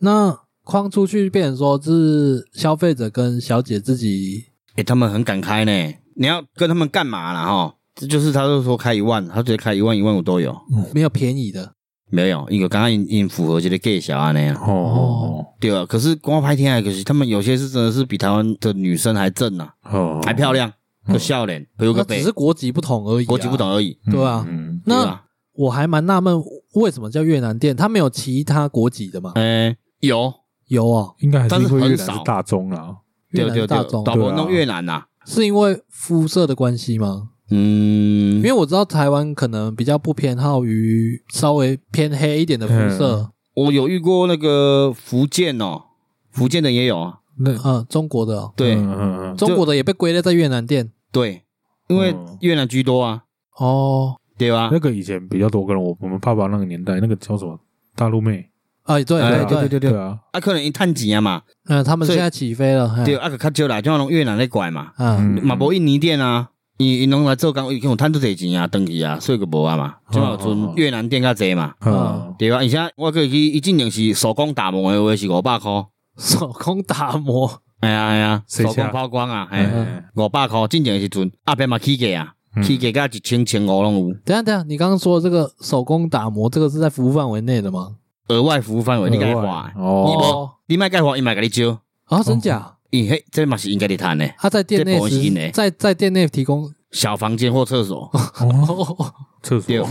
那框出去，变成说是消费者跟小姐自己欸，他们很敢开呢。你要跟他们干嘛啦？哈，这就是他就说开一万，他直接开一万、一万五都有。没有便宜的没有，因为刚刚因因符合这个 gay 小安那样，哦哦对啊。可是光拍天还可惜，他们有些是真的是比台湾的女生还正啊，哦，还漂亮，个笑脸，有嗯那个只北是，国籍不同而已、啊国籍不。同而已。嗯，对啊嗯，对那吧？我还蛮纳闷，为什么叫越南店？它没有其他国籍的吗？哎，有，有哦，应该还是但是因为越很南少是大众啊啦，越对南对大对，众导对播啊弄越南呐，是因为肤色的关系吗？嗯因，为我知道台湾可能比较不偏好于稍微偏黑一点的肤色，我有遇过那个福建哦，福建的也有啊，那嗯，中国的哦、对嗯嗯嗯中国的也被归类在越南店对，因为嗯越南居多啊，哦，对吧那？个以前比较多，可能我我们爸爸那个年代，那个叫什么大陆妹，哎，对哎对对对，对对，啊，啊，可能因趁钱啊嘛，嗯，他们所以现在起飞了，嘿哎对，啊，个较少啦，就拢越南咧管嘛，啊，嗯嘛无印尼店啊，因因拢来做工，伊有趁足侪钱啊，登去啊，所以个无啊嘛，即嘛有哦哦阵哦越南店较侪嘛，嗯对啊，而且我过去伊进前是手工打磨的话是五百箍，手工打磨，哎呀哎呀，谁手家工抛光啊，哎，哎五百箍进前时阵，阿边嘛起价啊，嗯起价到一千千五拢有，等一下等一下，你刚刚说的这个手工打磨，这个是在服务范围内的吗？额外服务范围你该额外花，哦你无你卖该花，伊卖甲你招，啊，真假？伊嘿，这嘛是应该你趁的，他在店内这不是呢实在在店内提供，小房间或厕所。哦，哦，厕所对，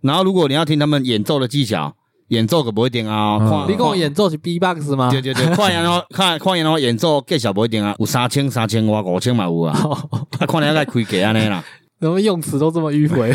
然后如果你要听他们演奏的技巧，演奏可不一定啊。嗯看你跟我演奏是 B box 吗？对 对对，看然后看看然后演奏技巧不一定啊，有三千、三千外、五千嘛 有啊。哦，啊，看你要该开价安尼啦。 怎么用词都这么迂回？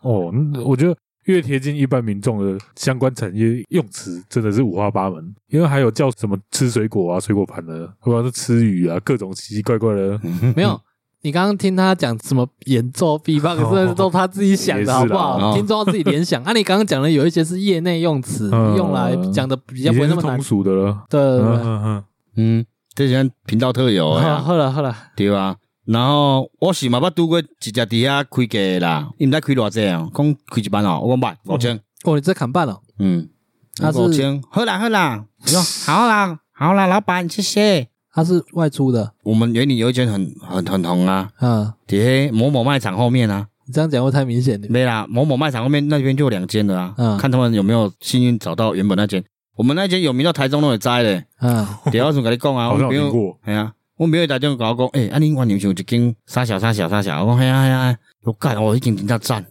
哦，嗯我觉得越贴近一般民众的相关产业用词，真的是五花八门，因为还有叫什么吃水果啊、水果盘的，或者是吃鱼啊，各种奇奇怪怪的。嗯没有，你刚刚听他讲什么演奏必棒，哦这都他自己想也是的啦好不好？哦听众要自己联 想。啊，你刚刚讲的有一些是业内用词，嗯用来讲的比以较前不会是那么难通。俗的了。对对嗯对，哦嗯嗯，嗯，这是咱频道特有的好啊，好了好了，对吧？然后我是嘛捌拄过一只伫遐开价的啦，伊毋知开偌济哦，讲开一万哦，我讲捌五千，哦，你这砍半了，嗯，他是五千，好啦好啦，我说好啦好啦，老板谢谢。它是外出的，我们园里有一间很很很红啊，嗯，伫迄某某卖场后面啊，你这样讲会太明显了。没啦，某某卖场后面那边就有两间了啊，嗯看他们有没有幸运找到原本那间。我们那间有名到台中都有摘 嘞，嗯，对啊，我怎跟你讲啊？好我像有朋听友，过。系啊，我朋友打电话跟我讲，诶、啊，恁原牛有一间啥小啥小啥小，我讲系啊系啊，我干，我已经真正 赞，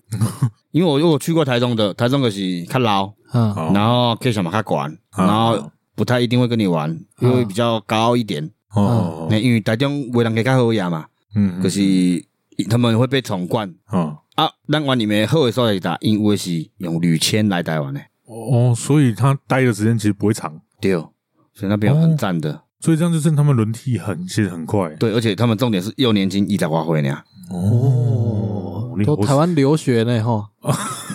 因为我我有去过台中的，台中可是较老，嗯，哦然后 K 小嘛较管，嗯然后不太一定会跟你玩，因为比较高一点，哦，嗯那因为台中为人家较好呀嘛，嗯，可是他们会被宠惯。啊，啊，咱湾里面好的所在打，因为是用铝签来台湾的，哦，所以他待的时间其实不会长，对，所以那边有很赞的，所以这样就证他们轮替很其实很快。对，而且他们重点是又年轻，一在花卉呢，哦你，都好台湾留学呢哈，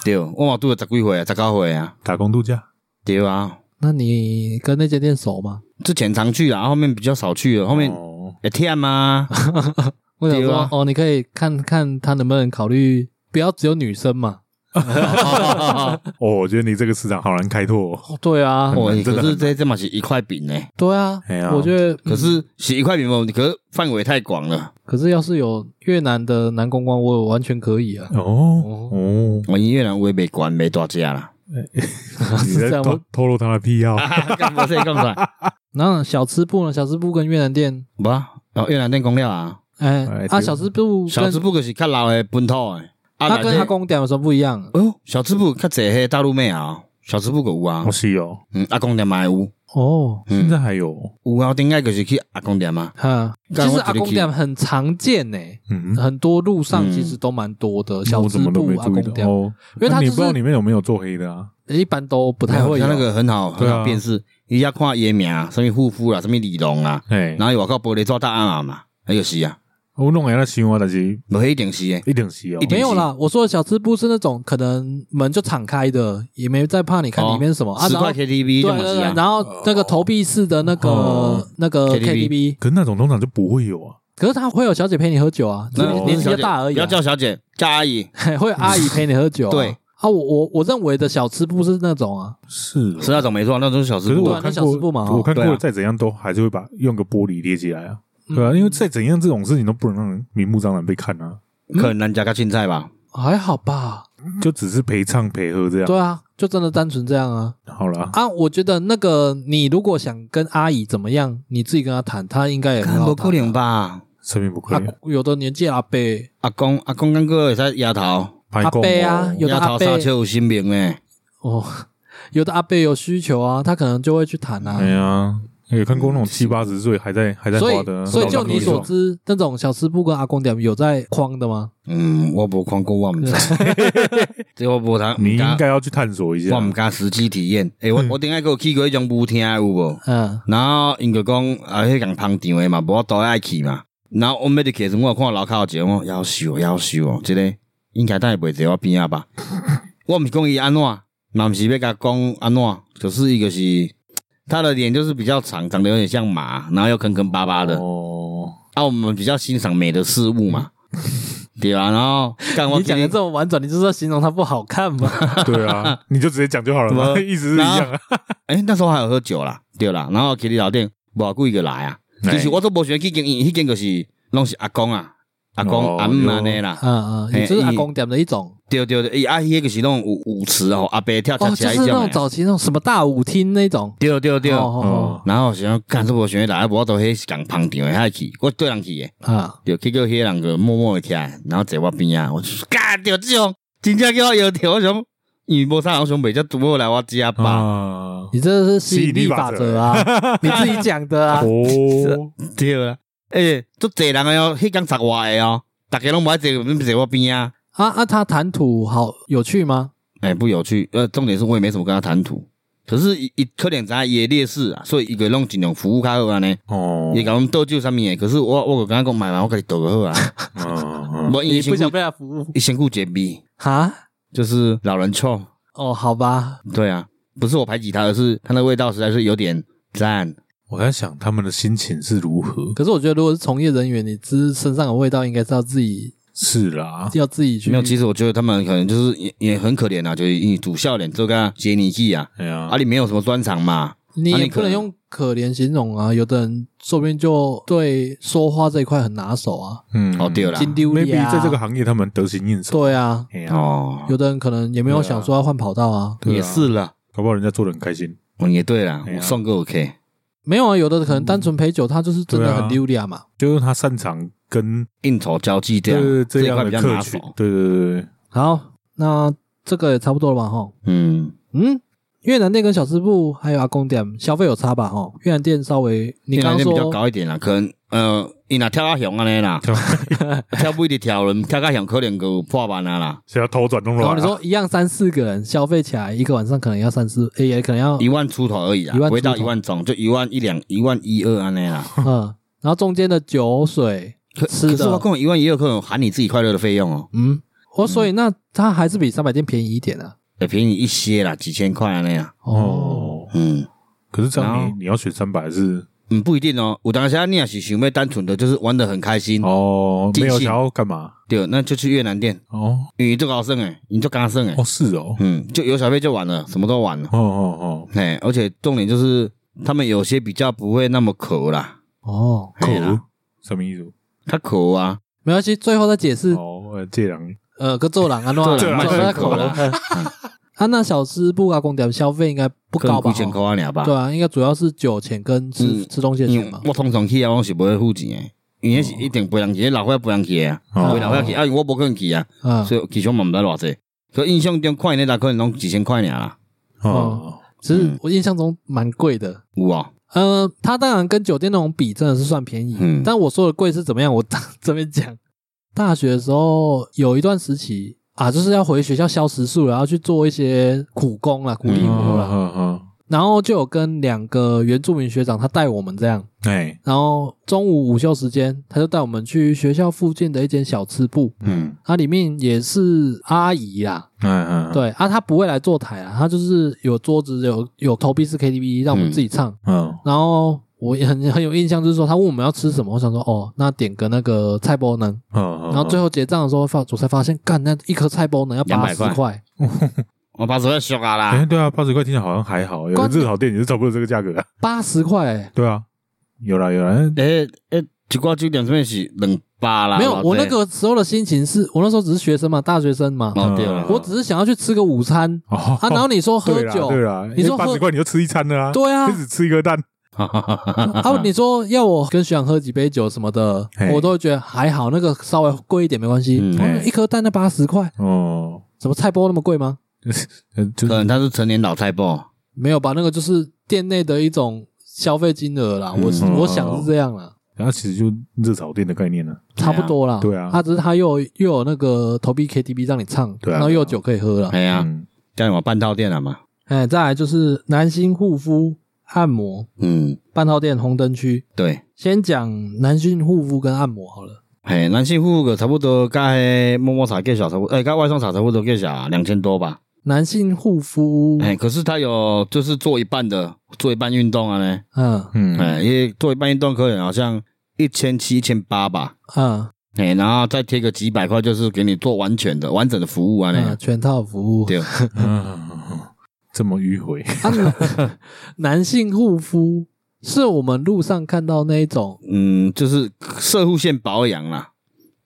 对，我嘛拄着十几岁啊，十九岁啊，打工度假，对啊，那你跟那间店熟吗？之前常去啦，后面比较少去了，后面哦会忝 啊，我想对说啊，哦，你可以看看他能不能考虑，不要只有女生嘛。哦，我觉得你这个市场好难开拓哦。哦对啊，哦，真的可很是难这这嘛是一块饼呢，对啊哎呀，我觉得，嗯可是是一块饼嘛，可是范围太广了，可是要是有越南的男公关，我完全可以啊。哦哦，我因越南我也没管没大家啦，你是这在样透吗啊透露他的癖好干嘛这样讲？那小吃部呢？小吃部跟越南店， 无啊，哦，越南店讲了啊，哎哎啊，对小吃部小吃跟部就是较老的本土的，啊它内跟底阿公店有什么不一样？啊哦，小吃部较侪迄大陆妹啊，小吃部个有啊哦，，是哦，嗯，阿公店嘛有，哦，现嗯，在还有，有啊，我顶个就是去阿公店嘛，哈，其干实我阿觉得公去店很常见呢，嗯，很多路上嗯其实都蛮多的呃小我吃怎么都没部、阿啊注公意到店，哦，因为它那你就不知道是里面有没有做黑的啊？一般都不不太会有那个很好，很对啊好辨识，伊要看伊诶名，什么护肤啦，什么李龙啦，嗯哎，然后外口玻璃做答案啊嘛，迄就是啊，我弄来那新闻，但是无迄一定是诶，一定是哦一，定没有啦，我说的小吃部是那种可能门就敞开的，也没在怕你看里面是什么、啊。哦十然后块对 KTV 这对么是对，啊，然后那个投币式的那个、哦那个 KTV KTV，可是那种通常就不会有啊。可是他会有小姐陪你喝酒啊，只是那年纪小姐大而已、不要啊，叫小姐，叫阿姨， 会有阿姨陪你喝酒、啊。对啊，我我我认为的小吃部是那种啊，是哦是那种没错，那种小可吃是部对我啊啊，那看小吃部嘛过，我看对过啊再怎样都还是会把用个玻璃列起来啊，对啊，嗯因为再怎样这种事情都不能让人明目张胆被看啊，可能咱家较凊彩吧，还好吧？就只是陪唱陪喝这样。对啊，就真的单纯这样啊好啦，啊！我觉得那个你如果想跟阿姨怎么样，你自己跟她谈，她应该也很看好无可谈能啊。吧？生命不亏啊，有的年纪阿伯，阿公阿公刚哥会使丫头，拍阿供伯啊哦有的丫阿伯头三笑有心明诶，哦， 有的阿伯有需求啊，他可能就会去谈啊。嗯哎呀，有看过那种七八十岁还在还在所花以的啊，，所以老就大你哥所那种，知，那种小吃部跟阿公店有在框的 吗？嗯，我无看过，我毋知，这我无通，你不敢应该啊要去探索一下我。毋敢实际体验。诶、我我顶下有去过迄种舞厅的有无？ 嗯，然后因就讲啊，迄共捧场的嘛，无我都爱去嘛。然后我们就去的时候，我有看楼骹有一个我夭寿夭寿哦，即、个应该等下袂坐我边 仔吧。我毋是讲伊安怎，嘛毋是要甲讲安怎，就是一个是他的脸就是比较长，长得有点像马，然后又坑坑巴巴的。 哦，啊，我们比较欣赏美的事物嘛，对啊，然后干我你讲的今天这么婉转，你就是要形容它不好看嘛？对啊，你就直接讲就好了嘛，我意思是一样啊。诶、哎那时候还有喝酒啦，对啦，然后去你老店，无偌久伊就来啊。其实我都无想去间，因迄间就是拢是阿公啊，阿公哦阿姆安尼啦。 嗯嗯，哎也就是阿伊公店的一种对对对，伊啊，迄个就是那种舞舞池哦，阿伯跳哦，恰就恰是迄那种种的。早期那种什么大舞厅那种。对对对哦， 哦然后想干这无想来，啊无都迄是共捧场的遐去，我对人去的，哦啊，对，结果迄人个默默的起来，然后坐我边啊，我就干着这种，真正叫我摇头，我想因为无啥人想袂，才拄好来我家吧。啊， 你这是吸引力法则啊， 你自己讲的啊。哦，对啦，诶，足侪人个哦，迄间十外个哦，逐家拢无爱坐，坐我边啊。啊啊，他谈吐好有趣吗？哎、不有趣。呃，重点是我也没什么跟他谈吐。可是，伊伊可能知影伊的劣势啊，所以伊个拢尽量服务较好啊安尼， 哦伊，甲阮倒酒啥物诶。可是我我甲他讲买嘛，我甲你倒个好啊。 嗯嗯无伊你先不想顾被他服务伊先顾洁癖， 哈？就是老人臭。哦，好吧，对啊，不是我排挤他，而是他那味道实在是有点赞。我在想他们的心情是如何。可是我觉得如果是从业人员，你知身上的味道应该是要自己是啦，要自己去没有，其实我觉得他们可能就是也也很可怜啊，就是你主笑脸就跟他接你气啊，哎呀啊，，你没有什么专长嘛，你啊也你不可能能用可怜形容啊，有的人说不定就对说话这一块很拿手啊，嗯哦对啦金丢脸 maybe 啊，在这个行业他们得心应手。对啊，哎呀，哦，有的人可能也没有对啊想说要换跑道啊，对啊也是了，搞不好人家做的很开心。哦也对啦，哎呀我送个 OK，没有啊，有的可能单纯陪酒，他就是真的对啊很丢脸嘛。就是他擅长跟应酬交际啊这对样，这这一块样的比较客拿群手，，对对对对，好，那这个也差不多了吧，吼，嗯，嗯。越南店跟小吃部还有阿公店消费有差吧？吼，越南店稍微你那刚刚边比较说高一点啦，可能呃，伊若跳到熊安尼啦， 跳不一直跳人，跳到熊可能有破万啊啦，想要头转弄然后乱。你说一样三四个人消费起来，一个晚上可能要三四，诶也可能要一万出头而已啦啊一万，出头不会到一万总，就一万一两、一万一二安尼啦。嗯，然后中间的酒水可吃可是的，我讲一万一二，可能含你自己快乐的费用哦，嗯，我所以那它还是比三百店便宜一点啊。也便宜一些啦，几千块安尼啦，哦，哦，嗯。可是这样然你后你要选三百是嗯，不一定哦。有当时你也是想要单纯的，就是玩的很开嗯心，哦，尽没有兴想要干嘛对，那就去越南店，哦因为这个好胜诶，你就刚胜诶哎哦，是哦嗯，就有小费就玩了，什么都玩了，哦哦嘿，而且重点就是他们有些比较不会那么抠啦，哦，哦，嘿啦口什么意思？他抠啊，没关系，最后再解释。哦，呃借两呃，个做人啊， 弄做人做卖人口口啦了。 啊，那小吃部啊，公点消费应该不可高能吧几？千块而已吧对。啊，应该主要是酒钱跟吃嗯吃东西的因钱为嘛。我通常去啊，我是不会付钱诶，因为那是一定陪人去，那老伙仔陪人去的啊，哦陪老伙仔去啊，因为我不可能去啊，嗯，所以其实我嘛毋知偌济。所以印象中看那大可能拢几千块尔啦，嗯哦其实我印象中蛮贵的。有哦，呃，它当然跟酒店那种比，真的是算便宜。嗯但我说的贵是怎么样？我 这边讲，大学的时候有一段时期啊，就是要回学校消食宿，然后去做一些苦工啊啦、苦力嗯活啦，嗯嗯，然后就有跟两个原住民学长，他带我们这样，哎然后中午午休时间，他就带我们去学校附近的一间小吃部，嗯，它里面也是阿姨啦，嗯嗯，对啊，他不会来坐台啊，他就是有桌子有有投币式 KTV 让我们自己唱，嗯然后我也很很有印象，就是说他问我们要吃什么，我想说哦，那点个那个菜包能，嗯，然后最后结账的时候发，我才发现干那一颗菜包能要八200十块，我把手要俗啊啦哎，对啊，八十块听起来好像还好，有关日好店也是差不多这个价格啊，八十块、欸，对啊，有啦哎有啦，诶诶，一挂酒店这边是两八啦。没有，偌济我那个时候的心情是我那时候只是学生嘛，大学生嘛，哦对了，我只是想要去吃个午餐嗯哦啊，然 后你说喝对啦酒，对啦，哎你说八喝十块你就吃一餐了啊，对啊就 只吃一颗蛋，啊，你说要我跟学长喝几杯酒什么的嘿，我都会觉得还好，那个稍微贵一点没关系。嗯哦那一颗蛋那八十块，哦，什么菜包那么贵吗？呃就可能他是成年老菜包，没有吧，那个就是店内的一种消费金额啦。嗯我是哦我想是这样啦，然后其实就热炒店的概念呢，差不多啦。对啊他只是他又有又有那个投币 KTV 让你唱，对啊然后又有酒可以喝了。哎呀，嗯，这样我半套店了嘛，哎，再来就是南星护肤按摩嗯，半套店红灯区，对，先讲南星护肤跟按摩好了。嘿，南性服务个差不多，甲迄摸摸茶介绍差不多，诶，甲外送茶差不多介绍两千多吧，男性护肤，哎，可是他有就是做一半的，做一半运动啊呢，嗯嗯，哎，因为做一半运动可能好像一千七、一千八吧。嗯哎，然后再贴个几百块，就是给你做完全的、完整的服务啊！嗯，哎呢，全套服务。对，嗯 这么迂 回，啊，男男性护肤是我们路上看到那一种，嗯，就是射护线保养啦。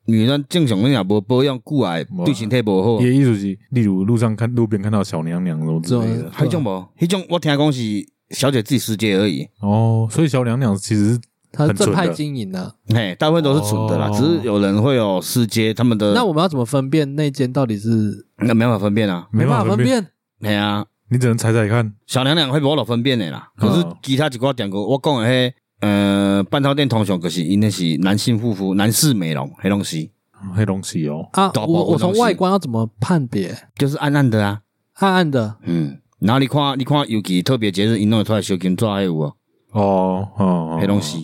女人正常你也无保养，久来对身体无好啊也。艺术是，例如路上看路边看到小娘娘什么之类这的种迄种无，迄种我听讲是小姐自己世界而已。哦，所以小娘娘其实是它是很正纯派的经营的。嘿，大部分都是蠢的啦，哦只是有人会有世界，他们的那我们要怎么分辨那间到底是那没办法分辨啊。没办办法分辨，辨？嘿啊，你只能猜猜看，小娘娘会无法分辨的啦。可是哦其他一寡店个，我讲的迄呃半套店通常就是因那是男性护肤、男士美容迄东西，黑东西哦，啊？搞不好我我我从东西外观要怎么判别？就是暗暗的啊，暗暗的，嗯，然后你看，你看，尤其特别节日，因弄会出来烧金纸，还有啊无？哦哦，迄拢是，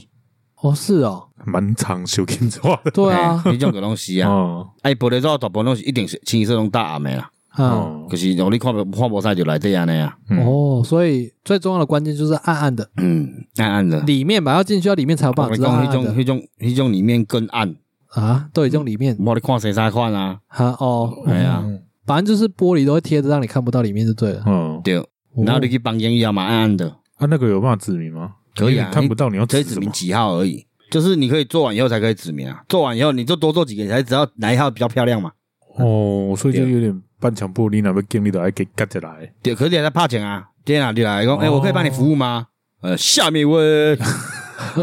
哦，是 哦，蛮长修金抓的对啊，迄种个拢是啊。哦哎，玻璃纸大部分拢是一定是清一色拢大暗的啦，嗯，哦，就是让你看不看无晒就来底安尼啊。嗯哦，所以最重要的关键就是暗暗的，嗯，暗暗的。里面吧，要进去到里面才有办我法跟知你道暗讲，迄暗种、的迄种、迄种里面更暗，啊，都已经里面无你看谁啥款啊？啊，哦，嗯哎呀，反正就是玻璃都会贴着，让你看不到里面就对了。嗯，对。然后你去房间以后嘛，暗暗的，啊，那个有办法指明吗？可以啊你看不到你要可以指指什明么？几号而已，就是你可以做完以后才可以指明啊。做完以后你就多做几个，你才知道哪一号比较漂亮嘛。哦，所以就有点半强迫你那边建立的，还给夹起来。对，可是你还在怕钱啊？今天哪里来？讲，哎、哦我可以帮你服务吗？呃，下面一位，嗯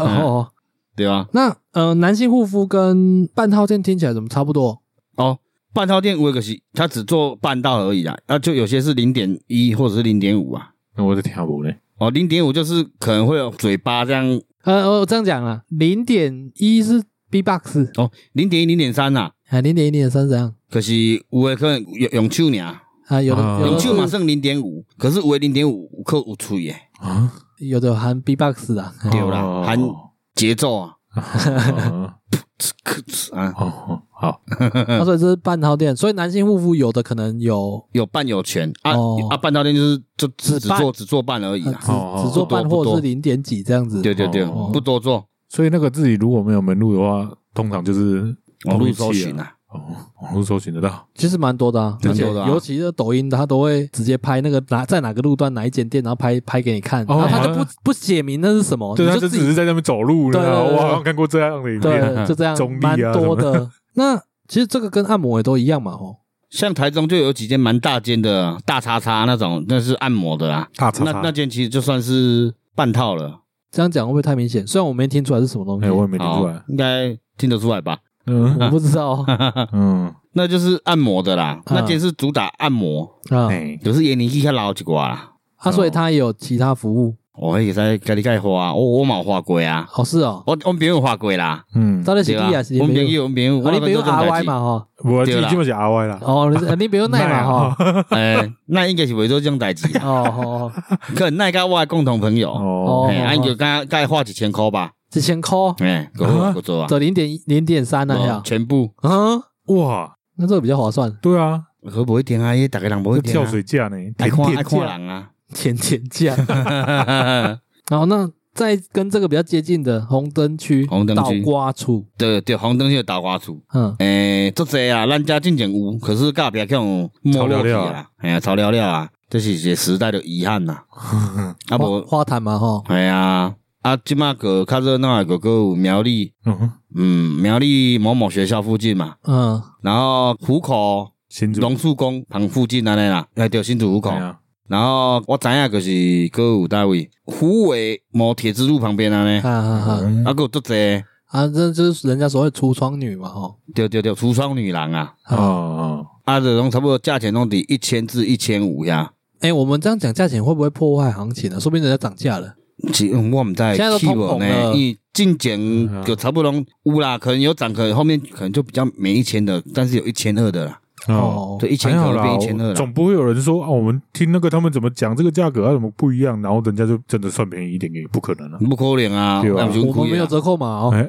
哦，对吧？那呃，男性护肤跟半套件听起来怎么差不多？哦，半套店我可惜，他只做半套而已啊。那、就有些是零点一或者是零点五啊。那我在听不嘞，哦，零点五就是可能会有嘴巴这样，呃，我这样讲啊，零点一是 B box，哦，零点一、零点三呐。啊，零点一、零点三怎样？可是有的可能用用手呢，啊，有的、啊有用的手嘛是剩零点五，可是有的零点五有扣有嘴的啊，有的含 B box 的啊，对啦哦含节奏啊，哦咳哧啊，哦，好，啊所以这是半套件，所以男性护肤有的可能有有半有全啊、哦啊，半套店就是就只只只办做只做半而已呃啦。只、哦只做半嗯不多或不多是零点几这样子。对对对，哦不多做，所以那个自己如果没有门路的话，通常就是网络搜寻啊，啊，哦，网络搜寻得到。其实蛮多的、啊，蛮多的啊而且尤其是抖音，它都会直接拍那个哪在哪个路段哪一间店，然后拍拍给你看，然哦后它就好不像不写明那是什么，对，哦你他就就自只己是在那边走路对对然后对对我好像看过这样的影片，对，就这样中，立啊蛮多的。那其实这个跟按摩也都一样嘛，哦，像台中就有几间蛮大间的啊大叉叉那种，那是按摩的啊。大叉那那叉。间其实就算是半套了，这样讲会不会太明显？虽然我没听出来是什么东西，哎，我也没听出好来，。哦应该听得出来吧？我 嗯不知道哦嗯，那就是按摩的啦，嗯那间是主打按摩，啊哎，有时也年纪较老一寡啦。哦啊，所以它也有其他服务我会使家己盖花，啊哦我我嘛有花过啊，哦，是哦，我我朋友花过啦，嗯，到底是对啊你还是，我朋朋友？友，我朋友，哦，我你朋友 R Y 嘛，哈，我对最啦基本是 R Y 啦，哦，你是你朋友奈嘛，哈，，哎，那应该是为做这种代志啦 哦哦，可能那个我的共同朋友，哦哦哎，俺就刚刚花一千块吧，几千块，哎，够啊够做啊，走零点一零点三那哦样，全部，嗯，哇，那这个比较划算，对啊，可不会听啊，大家人不会这听跳啊，水架呢，爱甜看爱甜看架，人啊，甜甜价。 然后那再跟这个比较接近的红灯区，红灯区倒瓜处， 对对，红灯区倒瓜厝，嗯，哎，足济啊，咱家进前有，可是隔壁去用没落去吵了了啊，哎呀，吵了了啊，这是一个时代的遗憾 呐，花啊无花坛嘛，哈，哎呀，啊，即马个较热闹的个个有苗栗，嗯，嗯，苗栗某某学校附近嘛，嗯，然后虎口新竹榕树公旁附近安尼啦，哎，对，新竹虎口哎。呀然后我知影就是个有单位，虎尾某铁之路旁边安尼，啊啊啊！嗯啊，个有足侪，啊，这就是人家所谓橱窗女嘛，吼。对对对，橱窗女郎啊，哦哦，啊，就拢差不多价钱拢伫一千至一千五呀。哎，我们这样讲价钱会不会破坏行情呢？啊说不定人家涨价了。其嗯我毋知现在都气通无膨呢，了嗯因为进前就差不多拢有啦，可能有涨，可能后面可能就比较没一千的，但是有一千二的啦，哦，哦，对，一千还可好能啦变一千二，啦。总不会有人说啊，我们听那个他们怎么讲这个价格啊，怎么不一样，然后人家就真的算便宜一点，也不可能啊。不可能啊，对啊那不是我们贵没有啊。折扣码哦。哎，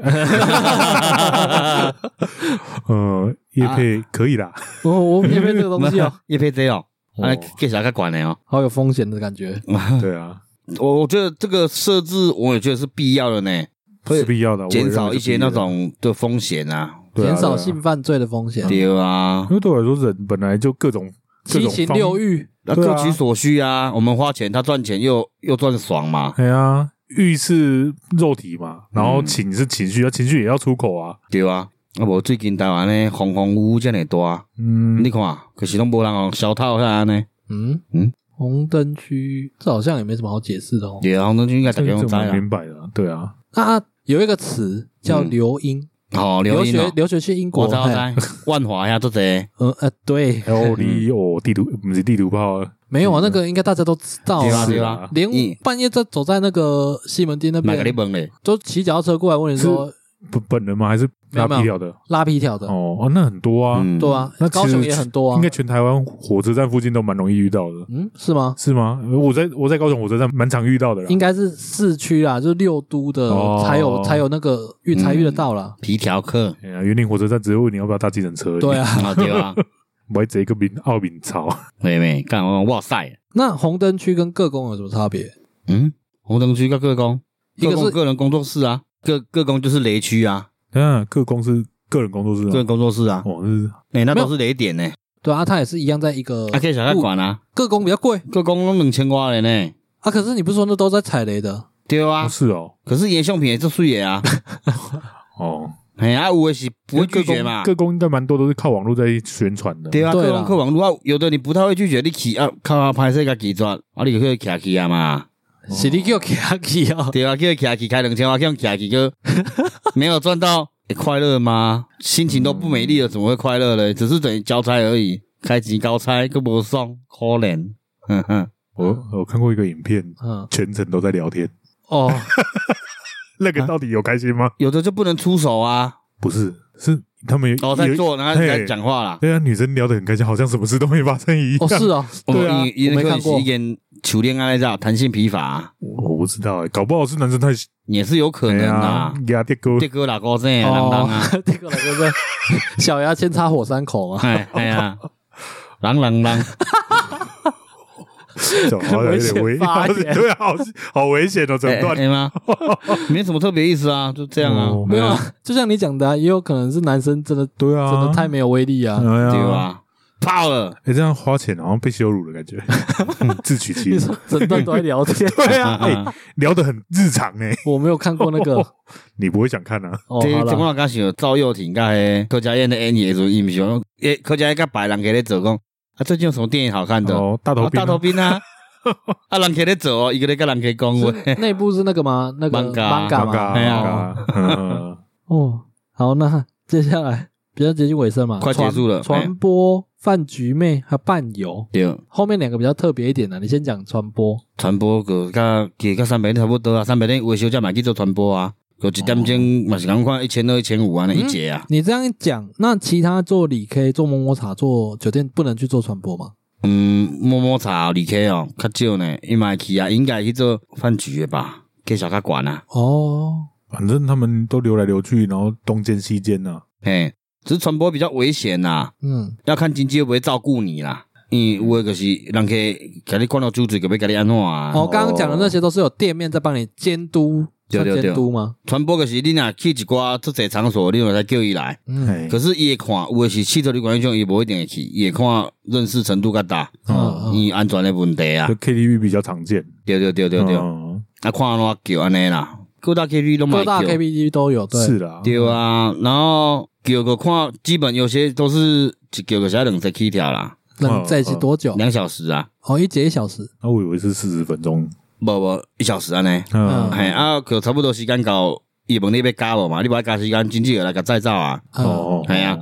呃，叶配可以啦，我我们也没这个 东西啊哦，叶佩 Z 哦，啊，哦介绍较管的哦。好有风险的感觉。对啊，我我觉得这个设置，我也觉得是必要的呢， 会是必要的，我也减认为少是一些必要那的。种的风险啊。对啊减少对啊性犯罪的风险，对啊因，为嗯对我来说，人本来就各种各七种情方六欲。那对各啊取所需啊。我们花钱，他赚钱又又赚爽嘛。哎呀，欲是肉体嘛，然后嗯情是情绪，啊，情绪也要出口啊。对啊，啊无最近台湾呢，风风雨雨这么大，嗯啊你，看，啊可是拢无人哦，小套下来呢。嗯嗯，红灯区这好像也没什么好解释的哦。对啊，红灯区应该大这家个拢这知蛮啊。明白的啊，对啊，那有一个词叫嗯留英，好，留留意学哦。留学去英我国，知道，我知嘿道，万华呀，都这呃呃， 对，还有嗯你哦，地图不是地图炮啊，没有啊，那个应该大家都知道对啊啊对，啊啊，连嗯半夜在走在那个西门町那哪个你边，问嘞？都骑脚踏车过来问你说本本人吗？还是没有拉没有皮条的？拉皮条的，哦哦，那很多啊，嗯对啊那，其实高雄也很多啊应该，全台湾火车站附近都蛮容易遇到的，嗯，是吗？是啊吗？我在我在高雄火车站蛮常遇到的啦。应该是市区啦，就是六都的哦才有才有那个遇才遇得到啦。皮条 客哎呀，园林火车站只会问你要不要搭计程车而已。对啊，啊，对啊，我还直接个名奥敏超，妹妹，干我哇塞，那红灯区跟各工有什么差别？嗯，红灯区跟各工，一个各是工个人工作室啊，各各工就是雷区啊，嗯，各公司个人工作室个人啊，工作室啊，哦，是哎，那没有都是雷点呢，对啊，它也是一样在一个啊，可以小看管啊，各工比较贵各工拢两千块了呢，啊，可是你不是说那都在踩雷的？对啊哦，是哦，可是也相片也做水的 啊，哦，哎呀，有的是不会拒绝嘛各，工应该蛮多都是靠网络在宣传的。对啊，对啦各工各网路啊，有的你不太会拒绝，你起啊，靠啊拍摄个拒绝，啊，你就去徛去啊嘛。是你叫 Kaki 啊？ 对啊，叫卡起开两千万，叫卡起哥没有赚到，欸快乐吗？心情都不美丽了，怎么会快乐嘞？只是等于交差而已，开几高差个无爽，可怜。哼哼，我我看过一个影片，嗯，全程都在聊天，哦，那啊个到底有开心吗？有的就不能出手啊，不是，是他们有哦，在做，然后嘿在讲话啦。对啊，女生聊得很开心，好像什么事都没发生一哦，样。是哦，对啊因因我没为可看能过是一点求恋爱这弹性疲乏啊，我不知道哎，搞不好是男生太也是有可哎能呀啊。压跌哥这哥老高这样浪浪哦 啊，，这个老哥是 小牙先插火山口嘛？哎哎 呀，浪浪浪，走好像有点危危险发言 对啊，好好危险哦，整段 哎吗？没什么特别意思啊，就这样啊，哦没有啊，就像你讲的啊，也有可能是男生真的对啊，真的太没有威力啊。哎对呀，吧？泡了。哎，这样花钱好像被羞辱的感 觉，嗯自取其你辱。说 整段都在聊天，对啊，哎，聊得很日常哎，我没有看过那个。你不会想看啊？ 哦，这好这了，我若敢想赵又廷甲迄柯佳燕的演的时阵，伊毋是讲，诶，柯佳燕甲白人给咧做讲，啊，最近有什么电影好看的？哦，大啊头兵大啊头兵啊，啊，人给咧做哦，伊个咧甲人给讲话，是内部是那个吗？那个 Manga manga 尴尬吗？哎呀啊，嗯哦，好，那接下来比较接近尾声嘛，快结束了传哎传播、饭局妹和伴游，对，后面两个比较特别一点的，你先讲传播。传播个甲其实甲三百差不多啊，三百点维修价嘛去做传播啊，有一点钟嘛是讲看一千二、一千五啊，那一节啊，你这样一讲，那其他做理 K、做摸摸茶、做酒店不能去做传播吗？嗯，摸摸茶离开哦，较少呢，伊嘛会去啊，应该去做饭局的吧，介绍较悬啊，哦，反正他们都流来流去，然后东间西啊间呐、嘿，只是传播比较危险啊呐、嗯，要看经济会不会照顾你啦。因为有的就是人家给你灌到酒嘴，给要给你安怎啊？哦，刚刚讲的那些都是有店面在帮你监督，对算对对监督吗？传播就是你若去一寡足侪场所，你有才叫伊来。嗯，哎可是伊会看，有的是汽车旅馆迄种，伊无一定会去，伊会看认识程度较大，嗯嗯伊安全的问题啊就。KTV 比较常见。哦对对对对对，啊嗯看安怎叫安尼啦，各大 KTV 都各买大叫。 KPT 都有，对，是啦，对啊，然后叫个看，基本有些都是一叫个才两十起跳啦，能在一起多久？两小时啊，哦，一节一小时。那我以为是四十分钟，无无一小时安尼。嗯，嘿啊，就差不多时间到，伊问你要加无嘛？你无爱加时间，经济会来甲再走啊。嗯，哦，哎呀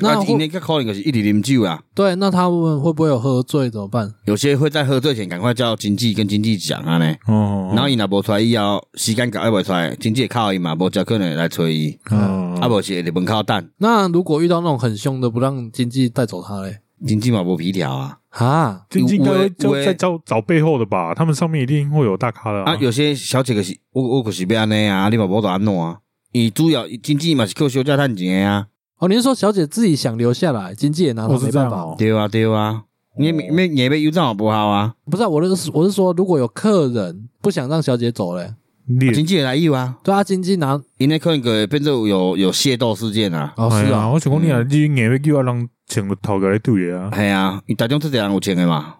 那啊会今天较可能就是一直啉酒啊，对，那他们会不会有喝醉怎么办？有些会在喝醉前赶快叫经济跟经济讲啊呢。哦，然后伊若无出来以后，时间到也袂出来，经济会靠伊嘛，无则可能会来催伊，嗯，啊无是会伫门口等，那如果遇到那种很凶的，不让经济带走他嘞？经济嘛无皮条啊。啊，经济应该会就有的在找找背后的吧，他们上面一定会有大咖的啊，有些小姐就是我我就是要安尼啊，啊你嘛无得安怎啊？伊主要经济嘛是靠小姐趁钱的啊，哦，您说小姐自己想留下来，经济也拿她我是没这办样法。哦，对啊对啊，你你你你要有怎也无效啊？不是啊、我的是我是说，如果有客人不想让小姐走嘞，猎经济会来有啊，对啊，经济拿因为可能个变做有有械斗事件啊，嗯哦哎是呀，啊，我想讲你啊，你硬要叫我人穿个头过来对的啊，系啊，伊大众这个人有钱 的嘛，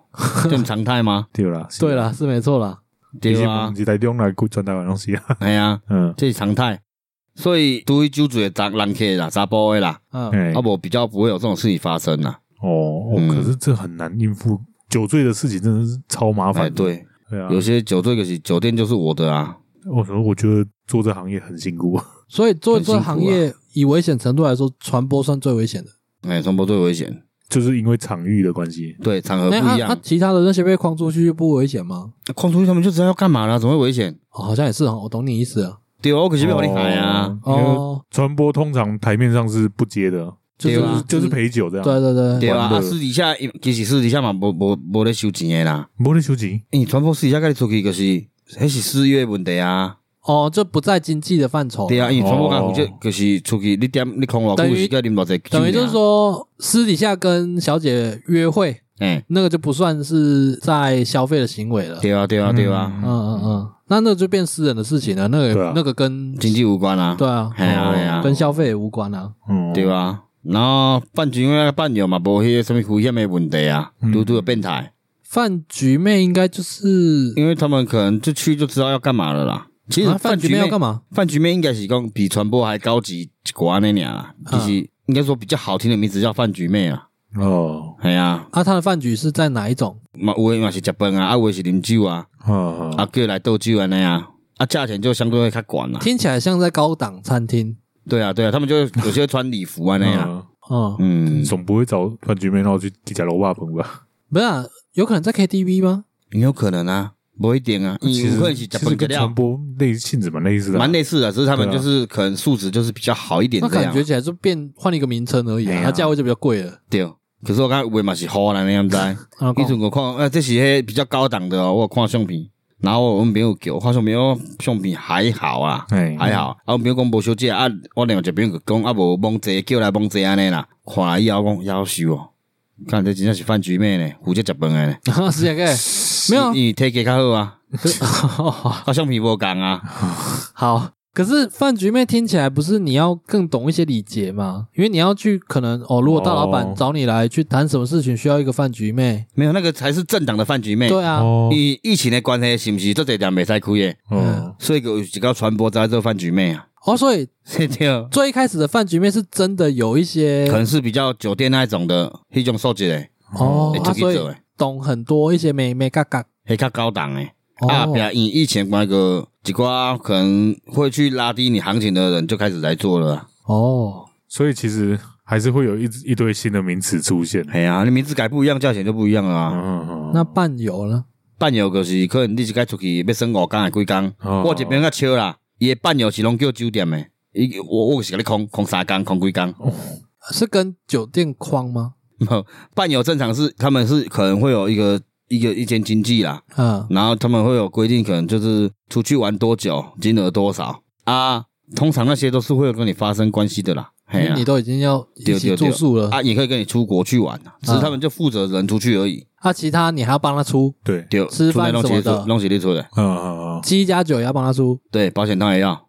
这毋常态吗？ 对啦，对，啦，是没错啦。对啊不，是台中来顾传台湾东西啊，系啊，嗯，这是常态。所以对于酒醉的人人客啦、查甫的啦，嗯，哎啊，无比较不会有这种事情发生啦。哦，哦嗯可是这很难应付，酒醉的事情真的是超麻哎，烦，，对，对啊，有些酒醉就是酒店就是我的啊，我说我觉得做这行业很辛苦， 所以做很辛这苦啊行业以危险程度来说，传播算最危险的。哎，传播最危险，就是因为场域的关系，对，场合那呃不一啊啊样，。啊其他的那些被框出去就不危险吗？空出去他们就知道要干嘛啦，怎么会危险？哦，好像也是哦，我懂你意思啊。对啊，我可是没有你害啊。哦因为哦，传播通常台面上是不接的，就是对啊就是陪酒这样。对对对，对啊，玩乐啊私底下其实私底下嘛，无无无咧收钱的啦。没得求情，因为传播私底下跟你出去，就是迄是私约的问题啊。哦，这不在经济的范畴，对啊，因为传播干负责哦就是出去你点你空偌等久于是该啉偌济酒等于就是尔，说私底下跟小姐约会，哎，那个就不算是在消费的行为了。对啊，对啊，对啊，嗯嗯嗯，那那就变私人的事情了，那对个、啊那个跟经济无关啊。对啊，嘿啊，哎啊，跟消费也无关啊。嗯，对啊。然后办酒那个办友嘛，无迄个什么危险的问题啊，嗯拄拄有变态，饭局妹应该就是因为他们可能就去就知道要干嘛了啦。其实啊饭局局妹要内干嘛？饭局面应该是讲比传播还高级一寡那俩啦，啊就是应该说比较好听的名字叫饭局妹啊。哦，系啊，啊，他的饭局是在哪一种？嘛有诶嘛是食饭啊，啊有诶是啉酒啊，啊哦啊叫来倒酒安尼啊，啊价钱就相对会较悬啦。听起来像在高档餐厅。对啊对啊，他们就有些会穿礼服安尼啊，啊，嗯，嗯，总不会找饭局妹然后去去吃楼霸棚吧？不是、啊，有可能在 KTV 吗？有可能啊，不一定啊，其有实可能是其食实跟饭个传料播类性质蛮类似的啊，蛮类似的，只是他们对就啊是可能素质就是比较好一点那这感样觉，起来就变换了一个名称而已、哎啊，呀它价位就比较贵了。对。可是我看有诶嘛是好啦，你毋知？啊你阵我看，呃，这是迄比较高档的哦，我有看相片，然后我们朋友叫，我看相片，我相片还好啊，哎还好。啊，我朋友讲无小姐啊，我另外一朋友就讲啊，无蒙坐叫来蒙坐安尼啦，看了以后讲夭寿哦，看这真正是饭局妹呢，负责食饭的呢，啊， 是这个没有啊因为体格较好 啊，哦啊相片无共啊，好。可是饭局妹听起来不是你要更懂一些礼节吗？因为你要去可能哦，如果大老板哦找你来去谈什么事情，需要一个饭局妹，没有那个才是正党的饭局妹。对啊，哦以疫情的关系，是不是这侪店袂使开的？哦所以有一个传播在做饭局妹啊，哦，所以对对，最一开始的饭局面是真的有一些可能是比较酒店那一种的，迄种素质的。哦会，啊出去所以做的懂很多一些美美嘎嘎迄较高档诶。哦啊，后壁因以前那个一寡可能会去拉低你行情的人就开始来做了啊。哦，所以其实还是会有一一堆新的名词出现。哎呀、你名字改不一样，价钱就不一样了啊。嗯那伴游呢？伴游就是可能你一该出去要算五天还几天，哦我这边较笑啦，伊诶伴游是拢叫酒店诶。伊我我是甲你空空三天，空几哦天。是跟酒店框吗？伴游正常是他们是可能会有一个一个一间经济啦，嗯，然后他们会有规定，可能就是出去玩多久，金额多少啊。通常那些都是会有跟你发生关系的啦。因嘿为啊你，都已经要一对起对住对宿了啊，也可以跟你出国去玩啊，只是他们就负责人出去而已。啊，其他你还要帮他出对，对，吃饭弄什么起的出，弄起列出的，嗯嗯嗯，七加九也要帮他出，对，保险套 也要。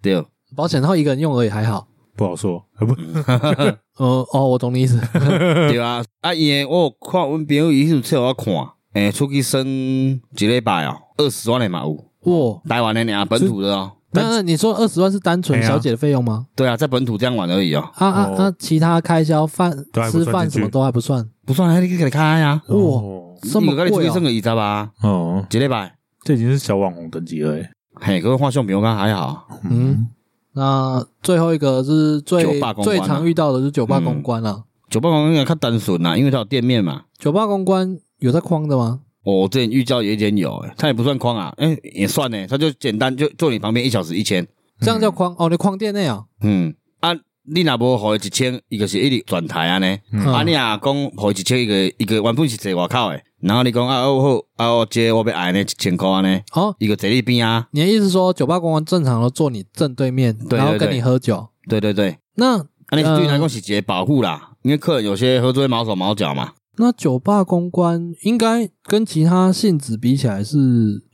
对，保险套一个人用而已还好。不好说，啊不，嗯呃，哦，我懂你意思。 对啊，啊，因为我有看阮朋友伊有册我看，诶，出去耍一礼拜哦，二十万的嘛有，哇，台湾的俩本土的哦。那那你说二十万是单纯小姐的费用吗？对啊，在本土这样玩而已哦，啊啊哎哦啊！其他开销饭都还不吃算饭进去什么都还不算，不算，还得给你开啊。哇，哦这么你有跟你出贵去啊耍！个二十吧，哦，一礼拜。这已经是小网红等级了欸。嘿，可是画相片我看还好，嗯，那最后一个是最酒吧公关最啊嗯常遇到的是酒吧公关了。酒吧公关较单纯啦，因为它有店面嘛。酒吧公关有在框的吗？哦我之前遇到有一间有、欸，它也不算框啊，哎、也算呢、它就简单就坐你旁边一小时一千，嗯这样叫框哦？你框店内啊？嗯啊，你若无互伊一千，伊就是一直转台安尼。嗯啊，你若讲互伊一千，伊个伊个原本是坐外口的，然后你讲啊，哦好，啊，我这我要安尼一千箍安尼，哦，伊个坐你边啊，你的意思说酒吧公关正常的坐你正对面，对然后对跟对你喝酒？对对对，那啊，你呃对你来讲是一个保护啦，因为客人有些喝醉毛手毛脚嘛，那酒吧公关应该跟其他性质比起来是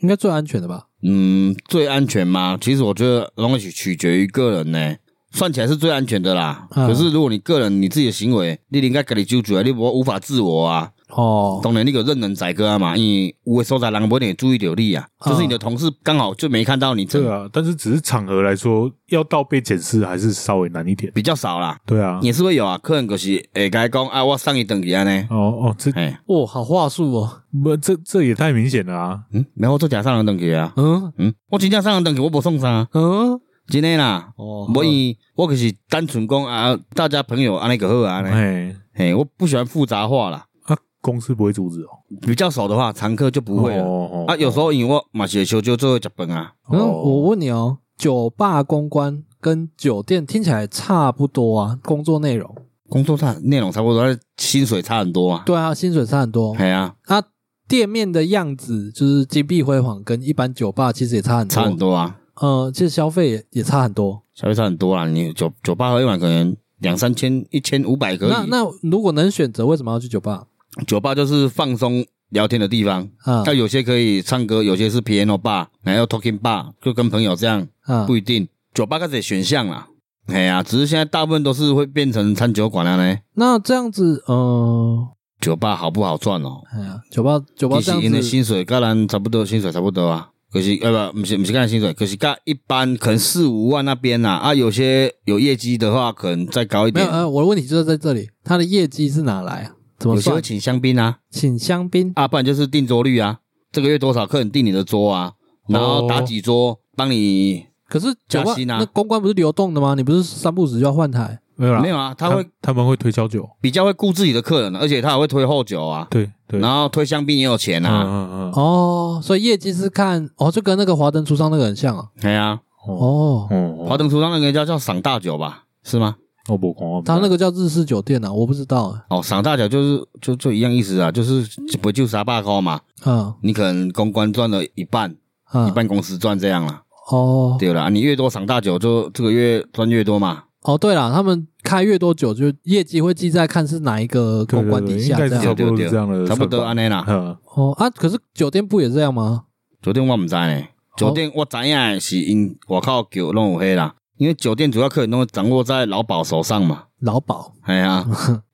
应该最安全的吧？嗯，最安全吗？其实我觉得东西取决于个人呢、算起来是最安全的啦。嗯可是如果你个人你自己的行为，你应该跟你揪住啊，你无无法自我啊。哦，当然，你个任人宰割啊嘛，因为有的所在人不一定会注意到你啊，嗯就是你的同事刚好就没看到你，这哦对个啊，但是只是场合来说，要到被检视还是稍微难一点。比较少啦，对啊，也是会有啊。客人就是会甲伊讲啊，我送伊等去安尼，哦哦，这哎，哇，好话术哦。不这这也太明显了啊！嗯，然后我做假送人等去啊，嗯嗯，我真正送人等去，我无送啥，嗯，真的啦。哦我伊我可是单纯讲啊，大家朋友安尼就好啊安尼。哎，嘿，我不喜欢复杂化啦。啊，公司不会阻止哦。比较熟的话，常客就不会了。哦啊，有时候因为我马雪球就做脚本啊，然后嗯我问你哦，酒吧公关跟酒店听起来差不多啊，工作内容工作差内容差不多，但是薪水差很多啊。对啊，薪水差很多。对啊，那店面的样子就是金碧辉煌，跟一般酒吧其实也差很多，差很。多啊，呃，其实消费也也差很多。消费差很多啦。你酒酒吧喝一晚可能两三千、一千五百可以。那那如果能选择，为什么要去酒吧？酒吧就是放松聊天的地方，啊那、有些可以唱歌，有些是 piano bar，还有 talking bar，就跟朋友这样啊不一定。酒吧开始有选项啦，哎呀、只是现在大部分都是会变成餐酒馆了啊呢。那这样子，呃，酒吧好不好赚哦？哎呀，酒吧酒吧其这实样因为子，薪水跟咱差不多，薪水差不多啊。可是呃不，不是不是看薪水，可是跟一般可能四五万那边呐啊，有些有业绩的话，可能再高一没点有。呃，我的问题就是在这里，他的业绩是哪来啊？怎么有些会算？请香槟啊，请香槟啊，不然就是订桌率啊，这个月多少客人订你的桌啊，哦然后打几桌帮你可是酒吧加薪啊那公关不是流动的吗？你不是三不五时就要换台？没有啦，没有啊，他他会他们会推销酒，比较会顾自己的客人，而且他还会推后酒啊，对对，然后推香槟也有钱嗯啊，嗯嗯，哦，所以业绩是看哦，就跟那个华灯初上那个很像啊。对啊，哦哦，华哦，灯初上那个叫叫赏大酒吧，是吗？我哦不光他那个叫日式酒店啊，我不知道啊。哦，赏大酒就是就就一样意思啊，就是就不就啥罢扣嘛，嗯你可能公关赚了一半，一嗯，半公司赚这样啦，哦对啦，你越多赏大酒就这个月赚越多嘛，哦，对了，他们开越多酒，就业绩会记在看是哪一个对对公关底对下这应该样是差。不多对对是这样的差不多算安尼啦。法嗯哦啊，可是酒店不也这样吗？酒店我毋知呢，酒店我知影的是因外口酒拢有迄啦，因为酒店主要客人拢掌握在老鸨手上嘛，劳保系啊，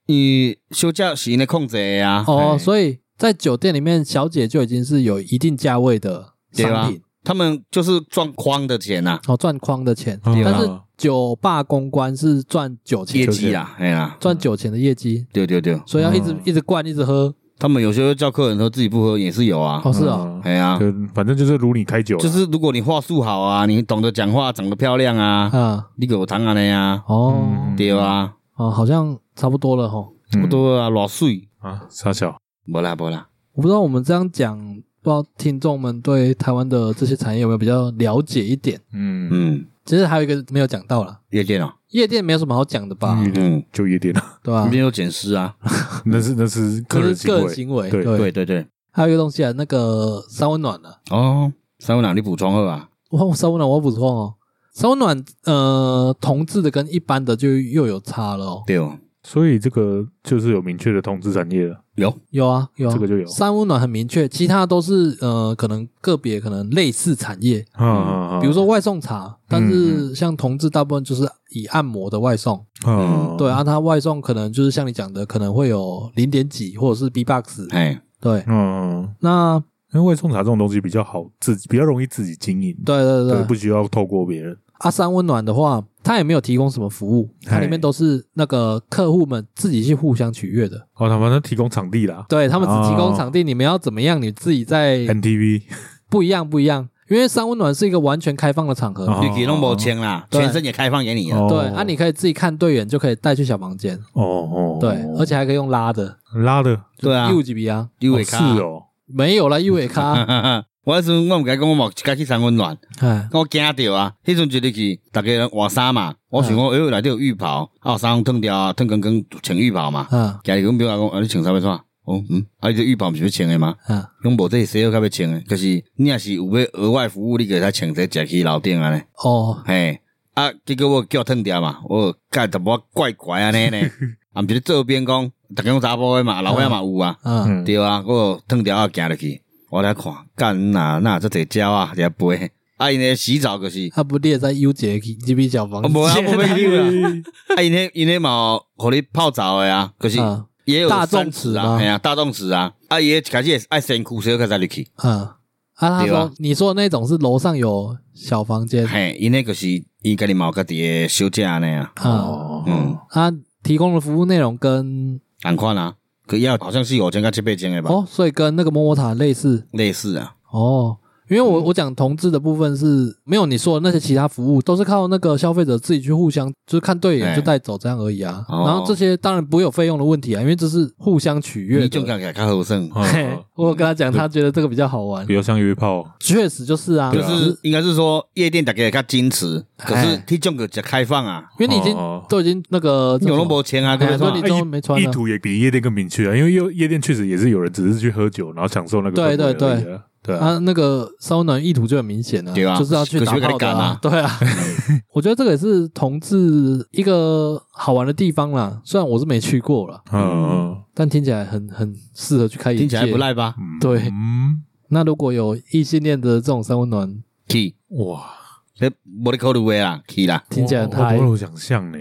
伊休假是因咧控制的哎啊，哦，嘿所以在酒店里面，小姐就已经是有一定价位的对商啊品，他们就是赚框的钱啊呐、哦，赚框的钱。嗯，对但啊是哦酒吧公关是赚酒业钱，绩啦，系啦，赚酒钱的业绩，对对对，所以要一直、嗯一直灌，一直喝。他们有时候叫客人喝自己不喝也是有啊，哦，是啊、系啊，嗯就反正就是如你开酒啦，就是如果你话术好啊，你懂得讲话，长得漂亮啊，啊，你有糖安尼啊，哦，嗯对啊，哦，好像差不多了哈。差差不多啊，偌水，啊，傻小，无啦无啦，我不知道我们这样讲，不知道听众们对台湾的这些产业有没有比较了解一点？嗯，嗯，其实还有一个没有讲到啦，夜店哦，夜店没有什么好讲的吧？嗯嗯，就夜店了，对吧、那边有捡尸啊， 那是那是个这人是个行人为，行为，对对对对。还有一个东西啊，那个三温暖啊，哦，三温暖你补充好啊吧？哇，三温暖我补充哦，三温暖呃，同志的跟一般的就又有差了哦。对哦，所以这个就是有明确的同志产业了，有有啊，有啊这个就有三温暖很明确，其他都是呃，可能个别可能类似产业，啊啊，啊嗯比如说外送茶，但嗯是像同志大部分就是以按摩的外送，啊，对啊，它外送可能就是像你讲的，可能会有零点几或者是 B box，哎，对，嗯，那因为送茶这种东西比较好自己比较容易自己经营，对对对，对，不需要透过别人，阿三温暖的话，它也没有提供什么服务，它里面都是那个客户们自己去互相取悦的。哦，他反正提供场地啦对他们只提供哦哎场地，你们要怎么样，你自己在，NTV，不一样不一样。因为三温暖是一个完全开放的场合，哦绿旗弄不签啦，对全身也开放给你了。哦对，啊，你可以自己看对眼就可以带去小房间，哦哦，对，而且且还可以用拉的，拉的对啊，右几比啊？因哦为是哦，没有啦，一尾咖，卡。 我迄阵我毋敢讲，我冇家去三温暖， 哎，我惊着啊！迄阵一入去，逐个人换衫嘛，我想嗯讲，哎呦，内底有浴袍，啊，有衫脱掉啊，脱光光穿浴袍嘛。嗯今日阮表阿讲，啊，你穿啥物穿？哦，嗯，啊，你这浴袍毋是要穿的吗？嗯，拢无这洗好较要穿的，可是你若是有要额外服务，你就使穿这食去楼顶啊安尼。哦，嘿，啊，结果我叫烫掉嘛，我干淡薄仔怪怪安尼呢，啊，毋是咧做边讲，逐个拢查甫诶嘛，老岁仔嘛有啊，嗯，嗯，对啊，我烫掉啊，行入去，我来看，干哪哪遮侪鸟啊，伫遐飞，啊，因咧洗澡就是，他啊不列在优杰几比小房啊，无啊，间，无要救啊，啊，因咧因咧嘛，互你泡澡诶啊，就是嗯也有大众三池尺吗啊，哎呀，大众池啊，啊，伊开始也是爱身躯，所以开始入去，嗯，啊，他对说吧你说的那种是楼上有小房间，嘿，因咧就是伊家己嘛有家己诶小姐安尼啊，嗯，哦，嗯，他提供的服务内容跟同款啊，哦可要好像是五千甲七八千诶吧，哦，所以跟那个摸摸塔类似类似啊。哦，因因为我我讲同志的部分是没有你说的那些其他服务，都是靠那个消费者自己去互相就是看对眼哎就带走这样而已啊。哦然后这些当然不会有费用的问题啊，因为这是互相取悦你就的。哦敢给他哦后生， 嘿嗯，我有跟他讲，他觉得这个比较好玩比，较像约炮，确实就是啊，就只是应该是说夜店大家给他矜持，可是哎去种个较开放啊，因为你已经哦都已经那个有那么钱啊，跟哎他所说以你哎都意没穿意啊图也比夜店更明确啊，因为夜夜店确实也是有人只是去喝酒，然后享受那个对氛围对而已啊，对啊，啊，那个烧暖意图就很明显了，对啊就是要去打可炮是会给的、你赶啊 对啊。我觉得这个也是同志一个好玩的地方啦，虽然我是没去过啦，嗯但听起来很很适合去开眼界，听起来不。赖吧？嗯，对嗯，那如果有异性恋的这种三温哦暖，去，哇，这我的口头话啦，去啦，听起来我很嗨我，都有想象呢，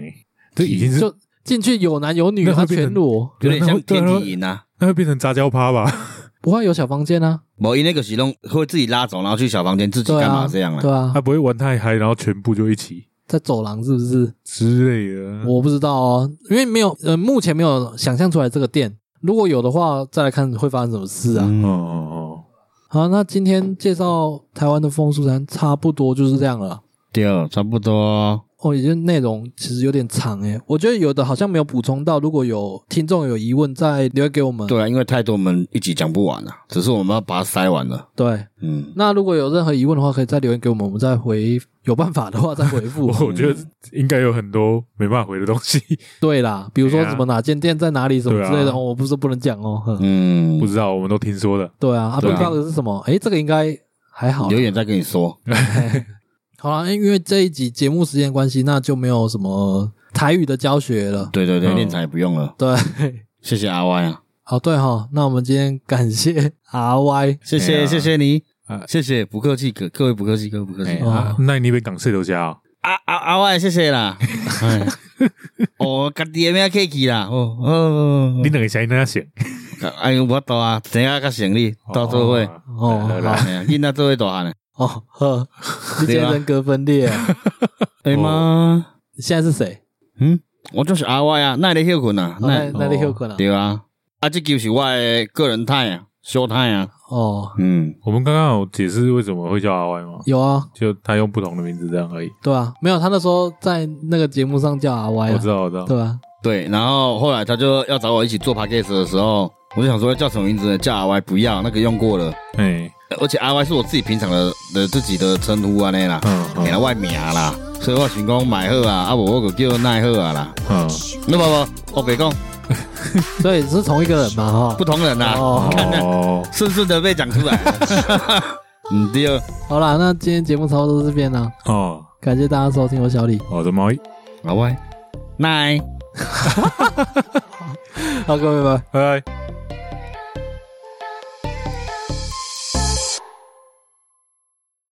这已经是就进去有男有女，那他会变成全裸，有点像对天啊体营啊。那会变成杂交趴吧？ 不会有小房间啊？某因那个许东会自己拉走，然后去小房间自己对干嘛啊，这样啊？对啊他，不会玩太嗨，然后全部就一起在走廊是不是？之类嗯的。我不知道哦，因为没有，呃，目前没有想象出来这个店。如果有的话，再来看会发生什么事啊。哦嗯，哦好，那今天介绍台湾的风俗餐差不多就是这样了。对，啊差不多。哦，已经内容其实有点长诶，我觉得有的好像没有补充到。如果有听众有疑问，再留言给我们。对啊，因为太多我们一集讲不完了，只是我们要把它塞完了。对嗯，那如果有任何疑问的话，可以再留言给我们，我们再回。有办法的话再回复 哦。我觉得应该有很多没办法回的东西，对啦，比如说对啊什么哪间店在哪里什么对啊之类的，哦，我不是不能讲哦。哼嗯不，知道我们都听说的。对啊，啊，不对知啊道的是什么？诶，这个应该还好啦。 留言再跟你说。好啦，因为这一集节目时间关系，那就没有什么台语的教学了。对对对，嗯练才不用了，对。谢谢阿 Y 啊，好，对哈，那我们今天感谢 R Y，谢哎谢呀谢谢你啊，谢谢不客气，各各位不客气，各位不客气哎。哦啊那你那边港式头家啊？啊啊啊！我也谢谢啦。哎哦，家己的名客气啦。哦哦哦嗯你，两个想那 样想？哦哎，我大啊，等下较成立，到做伙。哦哦来来好来哎呀囡仔做伙大汉的。哦呵，你今对天啊人格分裂啊，哎妈，你现在是谁？嗯，我就是阿 Y 啊，那你休困啊，哦那那那你休困了？对啊，啊，这就是我的个人态啊，小态啊。哦，嗯，我们刚刚有解释为什么会叫阿 Y 吗？有啊，就他用不同的名字这样而已。对啊，没有，他那时候在那个节目上叫 R Y，我知啊，道，我知道。对啊，对。然后后来他就要找我一起做 podcast 的时候，我就想说叫什么名字呢？叫阿 Y 不要，那个用过了。哎，而且 R Y 是我自己平常的的自己的称呼安尼啦，嗯给他嗯外名啊啦，所以我想讲买好啊，啊无我就叫奈好啊啦。嗯，那不不，我别讲所以是同一个人嘛哈不。同人啦、啊，哦，哦，顺顺的被讲出来了。嗯，对，好啦，那今天节目差不多到这边啦，哦，感谢大家收听，我是小李，我的猫咪，阿 Y，奈。好，各位拜拜。拜拜。